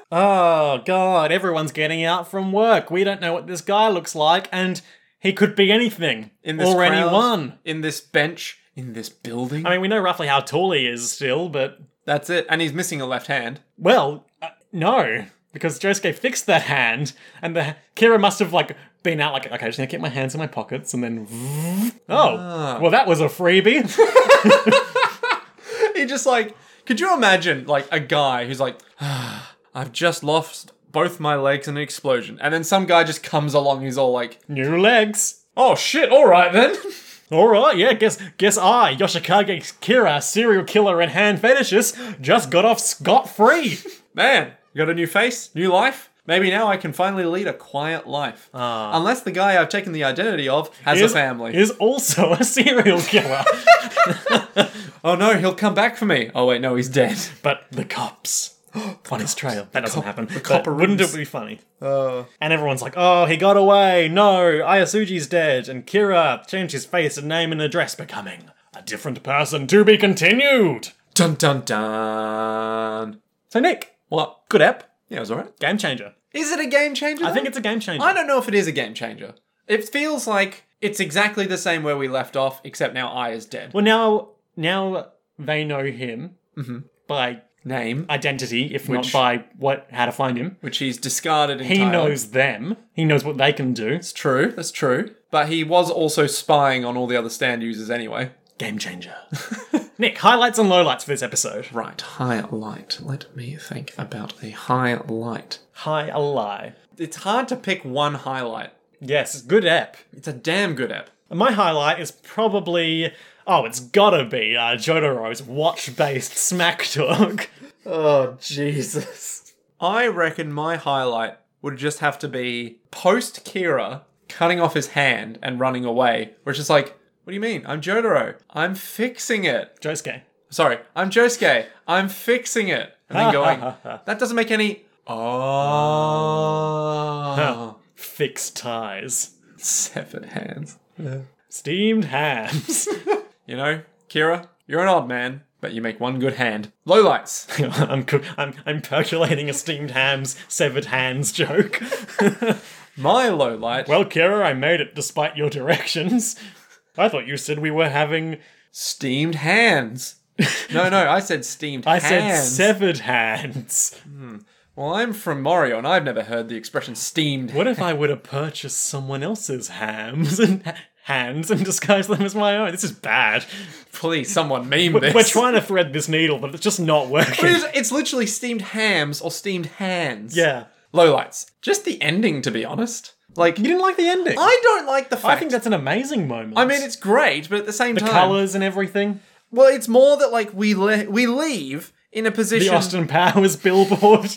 Speaker 1: <laughs> oh, God. Everyone's getting out from work. We don't know what this guy looks like, and he could be anything
Speaker 2: In this
Speaker 1: or
Speaker 2: crowd,
Speaker 1: anyone.
Speaker 2: In this bench, in this building.
Speaker 1: I mean, we know roughly how tall he is still, but
Speaker 2: That's it. And he's missing a left hand. <laughs>
Speaker 1: well, uh, no, because Josuke fixed that hand, and the Kira must have like been out like, okay, I'm just gonna keep my hands in my pockets, and then, <laughs> oh,
Speaker 2: Ah.
Speaker 1: well, that was a freebie. <laughs>
Speaker 2: He just like, could you imagine like a guy who's like, <sighs> "Ah, I've just lost both my legs in an explosion, and then some guy just comes along, he's all like,
Speaker 1: New legs.
Speaker 2: oh shit, all right then. <laughs>
Speaker 1: All right, yeah. Guess guess I, Yoshikage Kira, serial killer and hand fetishist, just got off scot
Speaker 2: <laughs>
Speaker 1: free.
Speaker 2: Man, you got a new face, new life. Maybe now I can finally lead a quiet life. Unless the guy I've taken the identity of has a family.
Speaker 1: Ah. is also a serial
Speaker 2: <laughs>
Speaker 1: killer,
Speaker 2: oh no, he'll come back for me. Oh wait, no, he's dead. <laughs>
Speaker 1: but the
Speaker 2: <gasps>
Speaker 1: cops. On his trail. That doesn't happen. but
Speaker 2: copper
Speaker 1: wouldn't
Speaker 2: rings.
Speaker 1: it be funny?
Speaker 2: Oh.
Speaker 1: And everyone's like, oh, he got away. No, Ayasuji's dead. And Kira changed his face and name and address, becoming a different person to be continued.
Speaker 2: Dun dun dun.
Speaker 1: So, Nick,
Speaker 2: What? Good app? Yeah, it was alright.
Speaker 1: game changer.
Speaker 2: Is it a game changer?
Speaker 1: I think it's a game changer.
Speaker 2: I don't know if it is a game changer. It feels like it's exactly the same where we left off, except now I is dead.
Speaker 1: Well, now now they know him
Speaker 2: Mm-hmm.
Speaker 1: by
Speaker 2: Name,
Speaker 1: identity, if not
Speaker 2: Which-
Speaker 1: by what how to find him.
Speaker 2: which he's discarded
Speaker 1: He
Speaker 2: entirely.
Speaker 1: knows them. He knows what they can do.
Speaker 2: It's true, that's true. But he was also spying on all the other stand users anyway.
Speaker 1: Game changer. <laughs> Nick, highlights and lowlights for this episode.
Speaker 2: Right, highlight. Let me think about a highlight.
Speaker 1: High a lie.
Speaker 2: It's hard to pick one highlight.
Speaker 1: Yes, good app.
Speaker 2: It's a damn good app.
Speaker 1: My highlight is probably oh, it's gotta be uh, Jotaro's watch-based smack talk. <laughs>
Speaker 2: Oh, Jesus. I reckon my highlight would just have to be post Kira cutting off his hand and running away, which is like, what do you mean? I'm Jotaro. I'm fixing it.
Speaker 1: Josuke.
Speaker 2: Sorry, I'm Josuke. I'm fixing it. And then <laughs> going, that doesn't make any. Oh.
Speaker 1: Fixed ties.
Speaker 2: <laughs> Severed hands.
Speaker 1: Steamed hams. <laughs>
Speaker 2: You know, Kira, you're an odd man, but you make one good hand. Lowlights. <laughs>
Speaker 1: I'm, cook- I'm I'm percolating a steamed hams, severed hands joke. <laughs>
Speaker 2: My lowlight.
Speaker 1: well, Kira, I made it despite your directions. I thought you said we were having.
Speaker 2: Steamed hands. <laughs> No, no, I said steamed
Speaker 1: I
Speaker 2: hands.
Speaker 1: said severed hands.
Speaker 2: Well, I'm from Mario, and I've never heard the expression steamed.
Speaker 1: What if I were to purchase someone else's hams and hands and disguise them as my own? This is bad.
Speaker 2: Please, someone meme this.
Speaker 1: We're trying to thread this needle, but it's just not
Speaker 2: It
Speaker 1: working.
Speaker 2: is- It's literally steamed hams or steamed hands.
Speaker 1: Yeah.
Speaker 2: Lowlights. Just the ending, to be honest. Like,
Speaker 1: You didn't like the ending. I,
Speaker 2: I don't like the fact.
Speaker 1: think that's an amazing moment.
Speaker 2: I mean, it's great, but at the same time,
Speaker 1: colors and everything.
Speaker 2: well, it's more that like we le- we leave in a
Speaker 1: The
Speaker 2: position
Speaker 1: Austin Powers <laughs> billboard.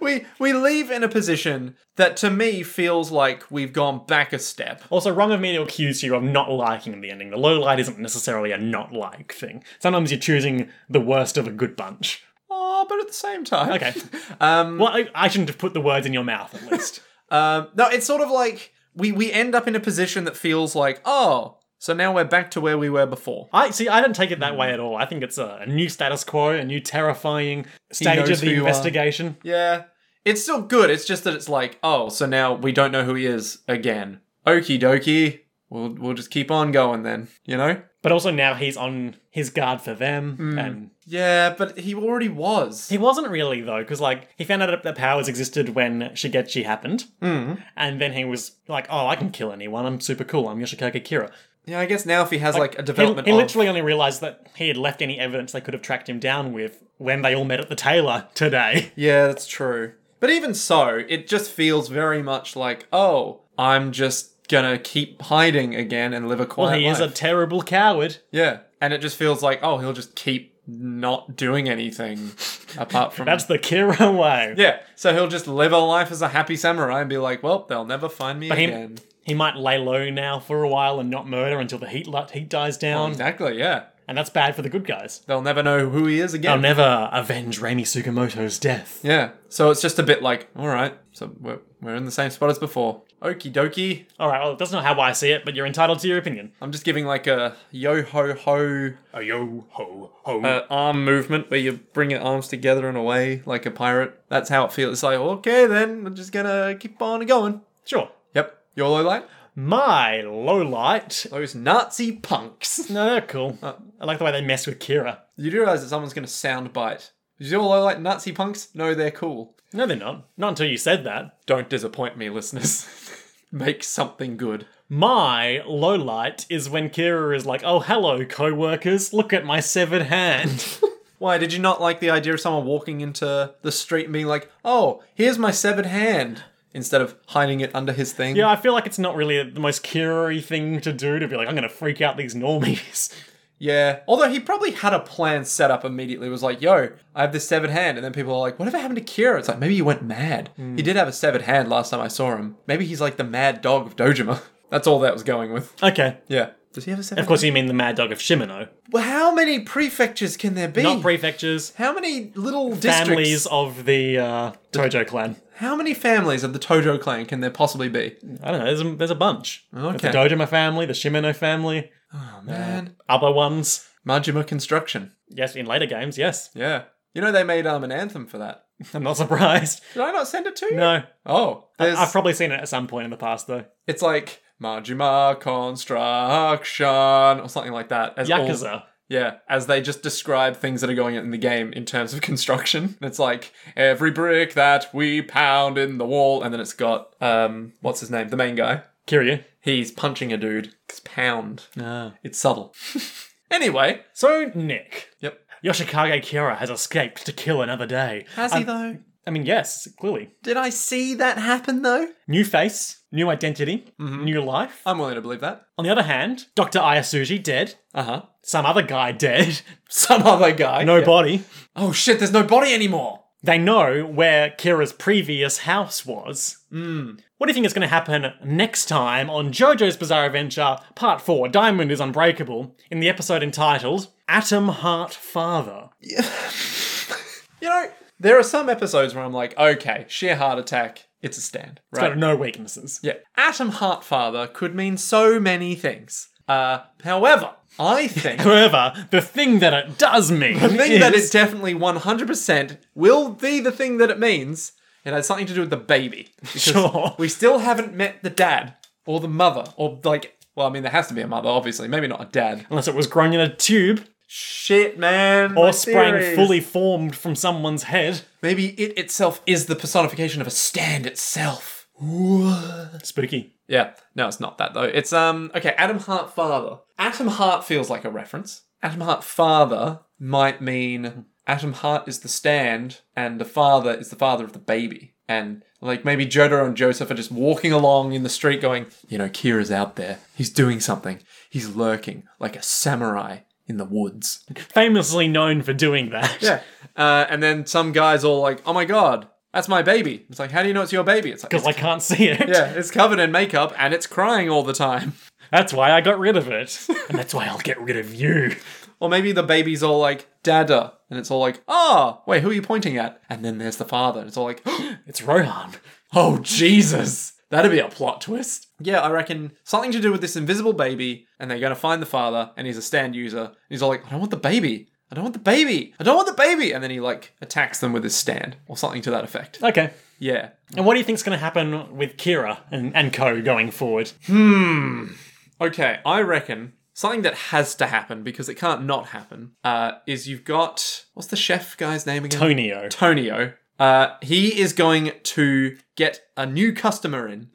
Speaker 2: we we leave in a position that to me feels like we've gone back a step.
Speaker 1: Also, wrong of me to accuse you of not liking the ending. The low light isn't necessarily a not like thing. Sometimes you're choosing the worst of a good bunch.
Speaker 2: Oh, but at the same time, <laughs>
Speaker 1: Okay.
Speaker 2: Um,
Speaker 1: Well, I, I shouldn't have put the words in your mouth, at least.
Speaker 2: Um, no, it's sort of like we we end up in a position that feels like oh, so now we're back to where we were before.
Speaker 1: I see. I don't take it that way at all. I think it's a, a new status quo, a new terrifying stage
Speaker 2: knows
Speaker 1: of
Speaker 2: who
Speaker 1: the
Speaker 2: you are.
Speaker 1: investigation.
Speaker 2: Yeah, it's still good. It's just that it's like oh, so now we don't know who he is again. Okie dokie. We'll we'll just keep on going then. You know.
Speaker 1: But also now he's on his guard for them,
Speaker 2: Hmm.
Speaker 1: and
Speaker 2: Yeah, but he already was.
Speaker 1: He wasn't really though, because like he found out that powers existed when Shigechi happened,
Speaker 2: Hmm.
Speaker 1: mm. and then he was like, "Oh, I can kill anyone. I'm super cool. I'm Yoshikage Kira."
Speaker 2: Yeah, I guess now if he has like, a
Speaker 1: He,
Speaker 2: development.
Speaker 1: he
Speaker 2: of-
Speaker 1: literally only realized that he had left any evidence they could have tracked him down with when they all met at the tailor today.
Speaker 2: Yeah, that's true. But even so, it just feels very much like oh, I'm just gonna keep hiding again and live a
Speaker 1: <laughs>
Speaker 2: quiet
Speaker 1: Well, he
Speaker 2: life.
Speaker 1: is a terrible coward.
Speaker 2: Yeah. And it just feels like, oh, he'll just keep not
Speaker 1: <laughs>
Speaker 2: doing anything apart from.
Speaker 1: That's the Kira way.
Speaker 2: yeah. So he'll just live a life as a happy samurai and be like, well, they'll never find me
Speaker 1: he-
Speaker 2: again.
Speaker 1: He might lay low now for a while and not murder until the heat li- heat dies down,
Speaker 2: Exactly, yeah.
Speaker 1: and that's bad for the good guys.
Speaker 2: They'll never know who he is
Speaker 1: I'll
Speaker 2: again.
Speaker 1: never avenge Raimi Sugamoto's death.
Speaker 2: yeah. So it's just a bit like, all right, so we're, we're in the same spot as before. Okie dokie.
Speaker 1: All right, well, that's not how I see it, but you're entitled to your opinion.
Speaker 2: I'm just giving like a yo ho ho
Speaker 1: Oh, yo ho ho.
Speaker 2: uh, arm movement where you bring your arms together in a way like a pirate. That's how it feels. It's like, okay, then I'm just gonna keep on going.
Speaker 1: Sure.
Speaker 2: Yep. Your low light?
Speaker 1: my low light.
Speaker 2: Those Nazi punks. <laughs>
Speaker 1: No, they're cool. I like the way they mess with Kira.
Speaker 2: You do realize that someone's going to soundbite. Did you all like Nazi punks? No, they're cool.
Speaker 1: No, they're not. Not until you said that.
Speaker 2: Don't disappoint me, listeners. <laughs> Make something good.
Speaker 1: My low light is when Kira is like, "Oh, hello, co-workers. Look at my severed
Speaker 2: <laughs>
Speaker 1: hand."
Speaker 2: Why did you not like the idea of someone walking into the street and being like, "Oh, here's my severed hand," instead of hiding it under his thing?
Speaker 1: yeah, I feel like it's not really the most Kira-y thing to do to be like, "I'm going to freak out these normies." <laughs>
Speaker 2: Yeah. Although he probably had a plan set up immediately. It was like, "Yo, I have this severed hand," and then people are like, "Whatever happened to Kira?" It's like maybe he went mad.
Speaker 1: Hmm.
Speaker 2: He did have a severed hand last time I saw him. Maybe he's like the mad dog of Dojima. <laughs> That's all that was going with.
Speaker 1: Okay.
Speaker 2: Yeah. Does he have a severed?
Speaker 1: Of course, you mean the Mad Dog of Shimano,
Speaker 2: Well, how many prefectures can there be?
Speaker 1: not prefectures,
Speaker 2: how many little districts?
Speaker 1: families of the uh, Tojo clan.
Speaker 2: How many families of the Tojo clan can there possibly be?
Speaker 1: I don't know. There's a, there's a bunch. There's
Speaker 2: Okay.
Speaker 1: The Dojima family, the Shimano family,
Speaker 2: Oh man,
Speaker 1: other ones.
Speaker 2: Majima Construction.
Speaker 1: Yes, in later games. Yes, <laughs>
Speaker 2: Yeah. You know they made um an anthem for that.
Speaker 1: I'm not surprised.
Speaker 2: Did I not send it to you?
Speaker 1: No,
Speaker 2: Oh, there's
Speaker 1: I've probably seen it at some point in the past though.
Speaker 2: it's like Majima Construction or something like that. As all-
Speaker 1: Yakuza.
Speaker 2: yeah, as they just describe things that are going on in the game in terms of <laughs> construction. And It's like every brick that we pound in the wall, and then it's got um what's his name, the main guy.
Speaker 1: Kiryu.
Speaker 2: He's punching a dude. It's pound. It's subtle. <laughs> anyway,
Speaker 1: So Nick,
Speaker 2: yep.
Speaker 1: Yoshikage Kira has escaped to kill another day. Um,
Speaker 2: Has he though?
Speaker 1: I mean, yes, clearly.
Speaker 2: Did I see that happen though?
Speaker 1: New face, new identity,
Speaker 2: Mm-hmm.
Speaker 1: new life.
Speaker 2: I'm willing to believe that.
Speaker 1: On the other hand, Dr. Ayasuji dead,
Speaker 2: Uh <laughs> huh.
Speaker 1: some other guy <laughs> dead,
Speaker 2: Some other guy.
Speaker 1: no
Speaker 2: Yeah.
Speaker 1: body.
Speaker 2: Oh shit! There's no body anymore.
Speaker 1: They know where Kira's previous house was.
Speaker 2: Mm.
Speaker 1: What do you think is going to happen next time on JoJo's Bizarre Adventure Part 4 Diamond is Unbreakable in the episode entitled Atom Heart Father?
Speaker 2: You know, there are some episodes where I'm like, okay, sheer heart attack. It's a stand, right?
Speaker 1: Got no weaknesses.
Speaker 2: yeah. Atom Heartfather could mean so many things. Uh, however, <laughs> I think.
Speaker 1: However, the thing that it does mean
Speaker 2: The thing that
Speaker 1: is-
Speaker 2: it definitely 100% will be the thing that it means. It has something to do with the <laughs> baby.
Speaker 1: <laughs>
Speaker 2: Because
Speaker 1: Sure.
Speaker 2: We still haven't met the dad or the mother or like. Well, I mean, there has to be a mother, obviously. Maybe not a dad.
Speaker 1: unless it was grown in a tube
Speaker 2: Shit, man.
Speaker 1: or sprang fully formed from someone's head.
Speaker 2: Maybe it itself is the personification of a stand itself.
Speaker 1: Spooky.
Speaker 2: Yeah. No, it's not that though. It's um. Okay, Adam Hart father. Atom Hart feels like a reference. Atom Hart father might mean Atom Hart is the stand, and the father is the father of the baby. And like maybe Jodor and Joseph are just walking along in the street, going, you know, Kira's out there. He's doing something. He's lurking like a samurai in the woods.
Speaker 1: Famously known for doing that.
Speaker 2: <laughs> Yeah. Uh, and then some guy's all like, oh my god, that's my baby. It's like, how do you know it's your baby? It's like,
Speaker 1: Because I can't see it.
Speaker 2: yeah, it's covered in makeup and it's crying all the time.
Speaker 1: That's why I got rid of it. and that's why I'll get rid of you.
Speaker 2: Or maybe the baby's all like, dada. And it's all like, ah, wait, who are you pointing at? And then there's the father. And it's all like, <gasps>
Speaker 1: It's Rohan.
Speaker 2: oh, Jesus. That'd be a plot twist. Yeah, I reckon something to do with this invisible baby. And they're going to find the father. And he's a stand user. And he's all like, I don't want the baby. I don't want the baby. I don't want the baby. And then he like attacks them with his stand or something to that effect.
Speaker 1: Okay.
Speaker 2: Yeah.
Speaker 1: And what do you think's going to happen with Kira and, and Co going forward?
Speaker 2: Okay, I reckon something that has to happen because it can't not happen uh, is you've got what's the chef guy's name again?
Speaker 1: Tonio.
Speaker 2: Tonio. Uh, he is going to get a new
Speaker 1: <laughs>
Speaker 2: customer in,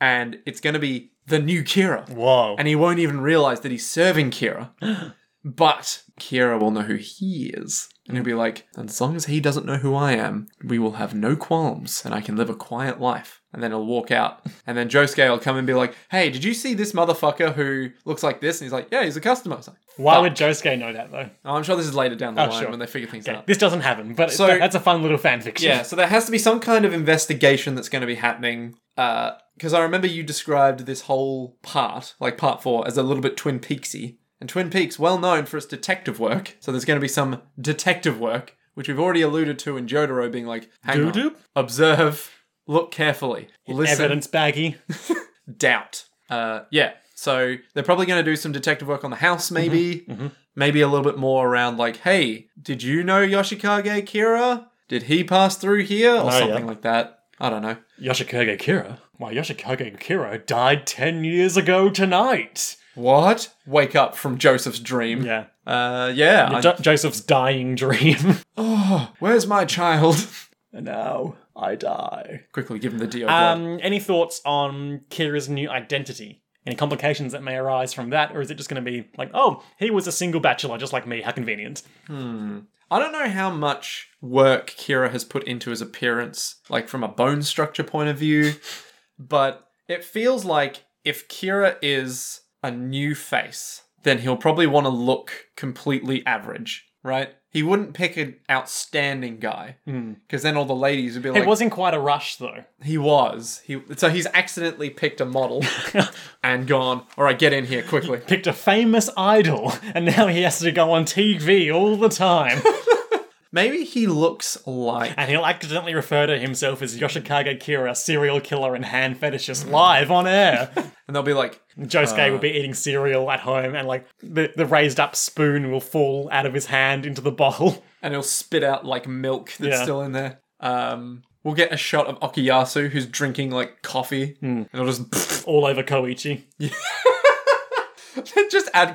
Speaker 2: and it's going to be the new Kira,
Speaker 1: Whoa.
Speaker 2: and he won't even realize that he's serving Kira.
Speaker 1: <gasps>
Speaker 2: But Kira will know who he is, and he'll be like, "As long as he doesn't know who I am, we will have no qualms, and I can live a quiet life." And then he'll walk out, and then Josuke will come and be like, "Hey, did you see this motherfucker who looks like this?" And he's like, "Yeah, he's a customer." It's like,
Speaker 1: why would Josuke know that though?
Speaker 2: oh, I'm sure this is later down the line
Speaker 1: sure.
Speaker 2: when they figure things out.
Speaker 1: This doesn't happen, but
Speaker 2: So-
Speaker 1: that- that's a fun little fan fiction.
Speaker 2: Yeah, so there has to be some kind of investigation that's going to be happening. Because I remember you described this whole part, like part four, as a little bit Twin Peaksy. And Twin Peaks, well known for its detective work. So there's going to be some detective work, which we've already alluded to in Jotaro being like, hang on,
Speaker 1: Doo-doo?
Speaker 2: observe, look carefully, listen,
Speaker 1: Evidence baggy.
Speaker 2: doubt. Uh, yeah. So they're probably going to do some detective work on the
Speaker 1: Mm-hmm.
Speaker 2: house, maybe. Maybe a little bit more around, like, hey, did you know Yoshikage Kira? Did he pass through here? Or
Speaker 1: Oh, yeah.
Speaker 2: something like that. I don't know.
Speaker 1: Yoshikage Kira? Why, Yoshikage Kira died 10 years ago tonight!
Speaker 2: What? Wake up from Joseph's dream.
Speaker 1: Yeah.
Speaker 2: Uh, yeah. I-
Speaker 1: Jo- Joseph's dying dream. <laughs>
Speaker 2: oh, where's my child? <laughs>
Speaker 1: and now I die.
Speaker 2: Quickly give him the deal.
Speaker 1: Um, any thoughts on Kira's new identity? Any complications that may arise from that, or is it just going to be like, oh, he was a single bachelor just like me, how convenient?
Speaker 2: I don't know how much work Kira has put into his appearance, like from a bone structure point of <laughs> view, but it feels like if Kira is a new face, then he'll probably want to look completely average, right? He wouldn't pick an outstanding guy because then all the ladies would be like,
Speaker 1: It wasn't quite a rush though. <laughs>
Speaker 2: he was. He so he's accidentally picked a <laughs> model and gone. All right, get in here quickly.
Speaker 1: Picked a famous idol, and now he has to go on TV all the time.
Speaker 2: Maybe he looks like
Speaker 1: and he'll accidentally refer to himself as Yoshikage Kira, serial killer and hand fetishist, live on
Speaker 2: <laughs>
Speaker 1: air.
Speaker 2: and they'll be like,
Speaker 1: Josuke
Speaker 2: Uh.
Speaker 1: will be eating cereal at home, and like the, the raised up spoon will fall out of his hand into the bowl. <laughs>
Speaker 2: and it'll spit out like milk that's
Speaker 1: Yeah.
Speaker 2: still in there. Um, we'll get a shot of Okuyasu who's drinking like coffee,
Speaker 1: Hmm.
Speaker 2: and it'll just <laughs>
Speaker 1: all over Koichi.
Speaker 2: just add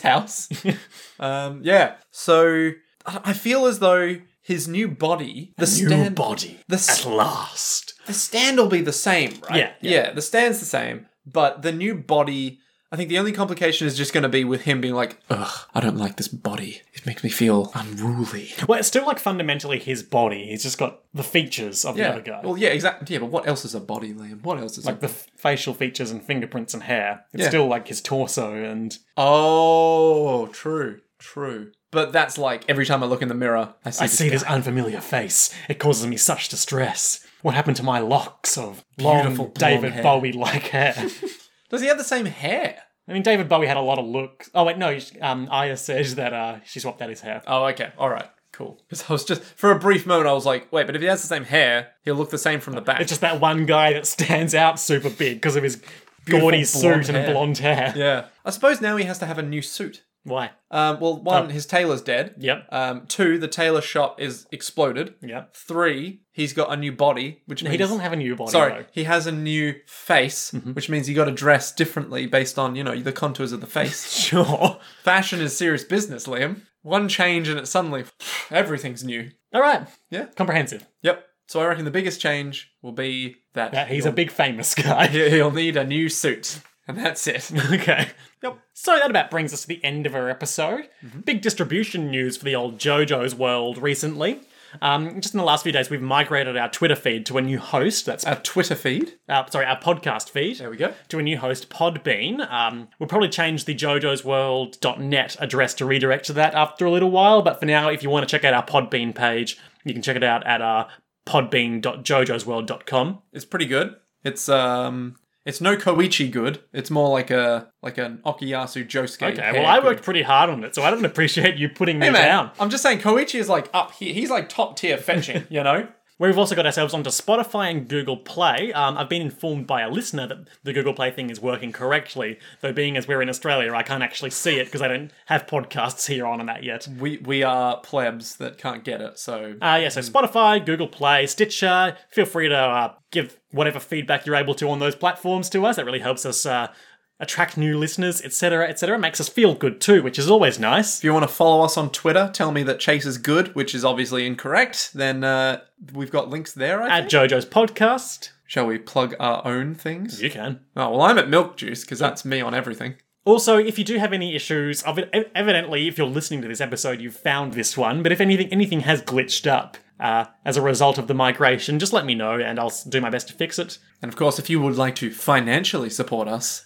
Speaker 1: <laughs>
Speaker 2: house. um, yeah. So I I feel as though his new body, the stand,
Speaker 1: body.
Speaker 2: the s-
Speaker 1: last.
Speaker 2: the stand will be the same, right?
Speaker 1: Yeah,
Speaker 2: yeah. the stand's the same, but the new body. I think the only complication is just going to be with him being like, "Ugh, I don't like this body. It makes me feel unruly."
Speaker 1: Well, it's still like fundamentally his body. He's just got the features of the
Speaker 2: Yeah.
Speaker 1: other guy.
Speaker 2: Well, yeah, exactly. Yeah, but what else is a body, Liam? What else is a
Speaker 1: like the f- facial features and fingerprints and hair. It's
Speaker 2: Yeah.
Speaker 1: still like his torso and
Speaker 2: Oh, true, true. But that's like every time I look in the mirror, I see.
Speaker 1: I
Speaker 2: this
Speaker 1: see this unfamiliar face. It causes me such distress. What happened to my locks of
Speaker 2: Beautiful
Speaker 1: long
Speaker 2: blonde
Speaker 1: David
Speaker 2: hair.
Speaker 1: Bowie like hair? <laughs>
Speaker 2: Does he have the same hair?
Speaker 1: I mean, David Bowie had a lot of looks. Oh wait, no. Um, Aya says that uh, she swapped out his hair.
Speaker 2: Oh, okay, all right, cool. Because I was just for a brief moment, I was like, wait, but if he has the same hair, he'll look the same from the back.
Speaker 1: It's just that one guy that stands out super big because of his gaudy
Speaker 2: blonde
Speaker 1: suit and
Speaker 2: hair.
Speaker 1: blonde hair.
Speaker 2: yeah. I suppose now he has to have a new suit.
Speaker 1: <laughs> Why?
Speaker 2: Um, well, one, his tailor's dead.
Speaker 1: Yep.
Speaker 2: Um, two, the tailor shop is exploded.
Speaker 1: Yep.
Speaker 2: Three, he's got a new body, which means
Speaker 1: He doesn't have a new body.
Speaker 2: Sorry,
Speaker 1: Though. <laughs>
Speaker 2: he has a new face, which means you got to dress differently based on you know the contours of the face.
Speaker 1: Sure.
Speaker 2: Fashion is serious business, Liam. One change and it's suddenly everything's new.
Speaker 1: All right.
Speaker 2: Yeah.
Speaker 1: Comprehensive.
Speaker 2: Yep. So I reckon the biggest change will be that
Speaker 1: Uh, he's a big famous guy.
Speaker 2: he- <laughs> he'll need a new suit, and that's it.
Speaker 1: <laughs> okay. Yep. So that about brings us to the end of our episode.
Speaker 2: Mm-hmm.
Speaker 1: Big distribution news for the old JoJo's world recently. Um, just in the last few days, we've migrated our Twitter feed to a new host. That's
Speaker 2: Our Twitter feed.
Speaker 1: uh, sorry, our podcast feed.
Speaker 2: There we go.
Speaker 1: to a new host, Podbean. Um, we'll probably change the jojosworld.net address to redirect to that after a little while, but for now, if you want to check out our Podbean page, you can check it out at uh, podbean.jojosworld.com.
Speaker 2: It's pretty good. It's um, it's no Koichi good. It's more like a like an Okuyasu Josuke.
Speaker 1: Okay,
Speaker 2: hair
Speaker 1: well, I
Speaker 2: good.
Speaker 1: worked pretty hard on it, so I don't appreciate you putting me
Speaker 2: Hey, man,
Speaker 1: down.
Speaker 2: I'm just saying Koichi is like up here. He's like top tier fetching.
Speaker 1: <laughs>
Speaker 2: you know.
Speaker 1: We've also got ourselves onto Spotify and Google Play. Um, I've been informed by a listener that the Google Play thing is working correctly, though, being as we're in Australia, I can't actually see it because I don't have podcasts here on and that yet.
Speaker 2: We we are plebs that can't get it. So
Speaker 1: Uh, yeah, so Spotify, Google Play, Stitcher. Feel free to uh, give whatever feedback you're able to on those platforms to us. That really helps us uh, attract new listeners, etc., etc. It makes us feel good too, which is always nice.
Speaker 2: If you want to follow us on Twitter, tell me that Chase is good, which is obviously incorrect. Then uh, we've got links there. I
Speaker 1: At
Speaker 2: think.
Speaker 1: JoJo's podcast,
Speaker 2: Shall we plug our own things?
Speaker 1: you can.
Speaker 2: Oh well, I'm at Milk Juice because that's me on everything.
Speaker 1: Also, if you do have any issues, of it, evidently, if you're listening to this episode, you've found this one. But if anything, anything has glitched up uh, as a result of the migration, just let me know, and I'll s- do my best to fix it.
Speaker 2: And of course, if you would like to financially support us,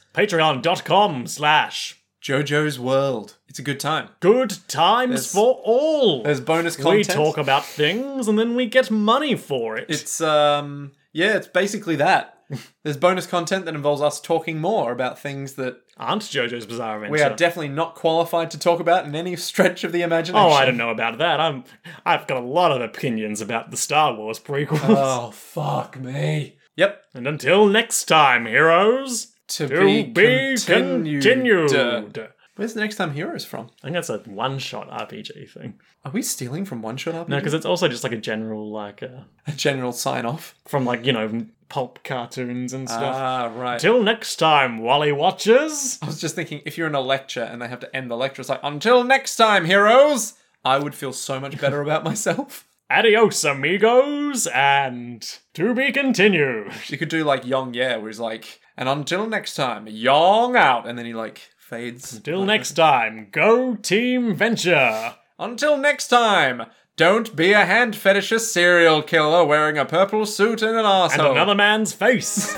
Speaker 1: Patreon.com/slash.
Speaker 2: JoJo's World. It's a good time.
Speaker 1: Good times for all.
Speaker 2: There's bonus
Speaker 1: We
Speaker 2: content.
Speaker 1: talk about things and then we get money for it.
Speaker 2: It's um yeah, it's basically that.
Speaker 1: <laughs>
Speaker 2: There's bonus content that involves us talking more about things that
Speaker 1: Aunt JoJo's Bizarre Adventure.
Speaker 2: we are definitely not qualified to talk about in any <laughs> stretch of the imagination.
Speaker 1: oh, I don't know about that. I'm I've got a lot of opinions about the Star Wars prequels.
Speaker 2: Oh, fuck me. Yep.
Speaker 1: and until next time, heroes,
Speaker 2: To,
Speaker 1: to be continued.
Speaker 2: continued. Where's the next time Heroes from?
Speaker 1: I think that's a one shot RPG thing.
Speaker 2: Are we stealing from One Shot RPG?
Speaker 1: No, because it's also just like a general, like, uh,
Speaker 2: a general sign off.
Speaker 1: from like, you know, pulp cartoons and stuff.
Speaker 2: Ah, right.
Speaker 1: Till next time, Wally Watchers!
Speaker 2: I was just thinking, if you're in a lecture and they have to end the lecture, it's like, until next time, heroes! I would feel so much better about myself. <laughs>
Speaker 1: Adios, amigos, and to be continued.
Speaker 2: You could do like Yong Yeah, where he's like, and until next time, Yong out! And then he like fades.
Speaker 1: Till next time, go Team Venture!
Speaker 2: Until next time, don't be a hand fetishist serial killer wearing a purple suit and an
Speaker 1: And
Speaker 2: arsehole.
Speaker 1: another man's face!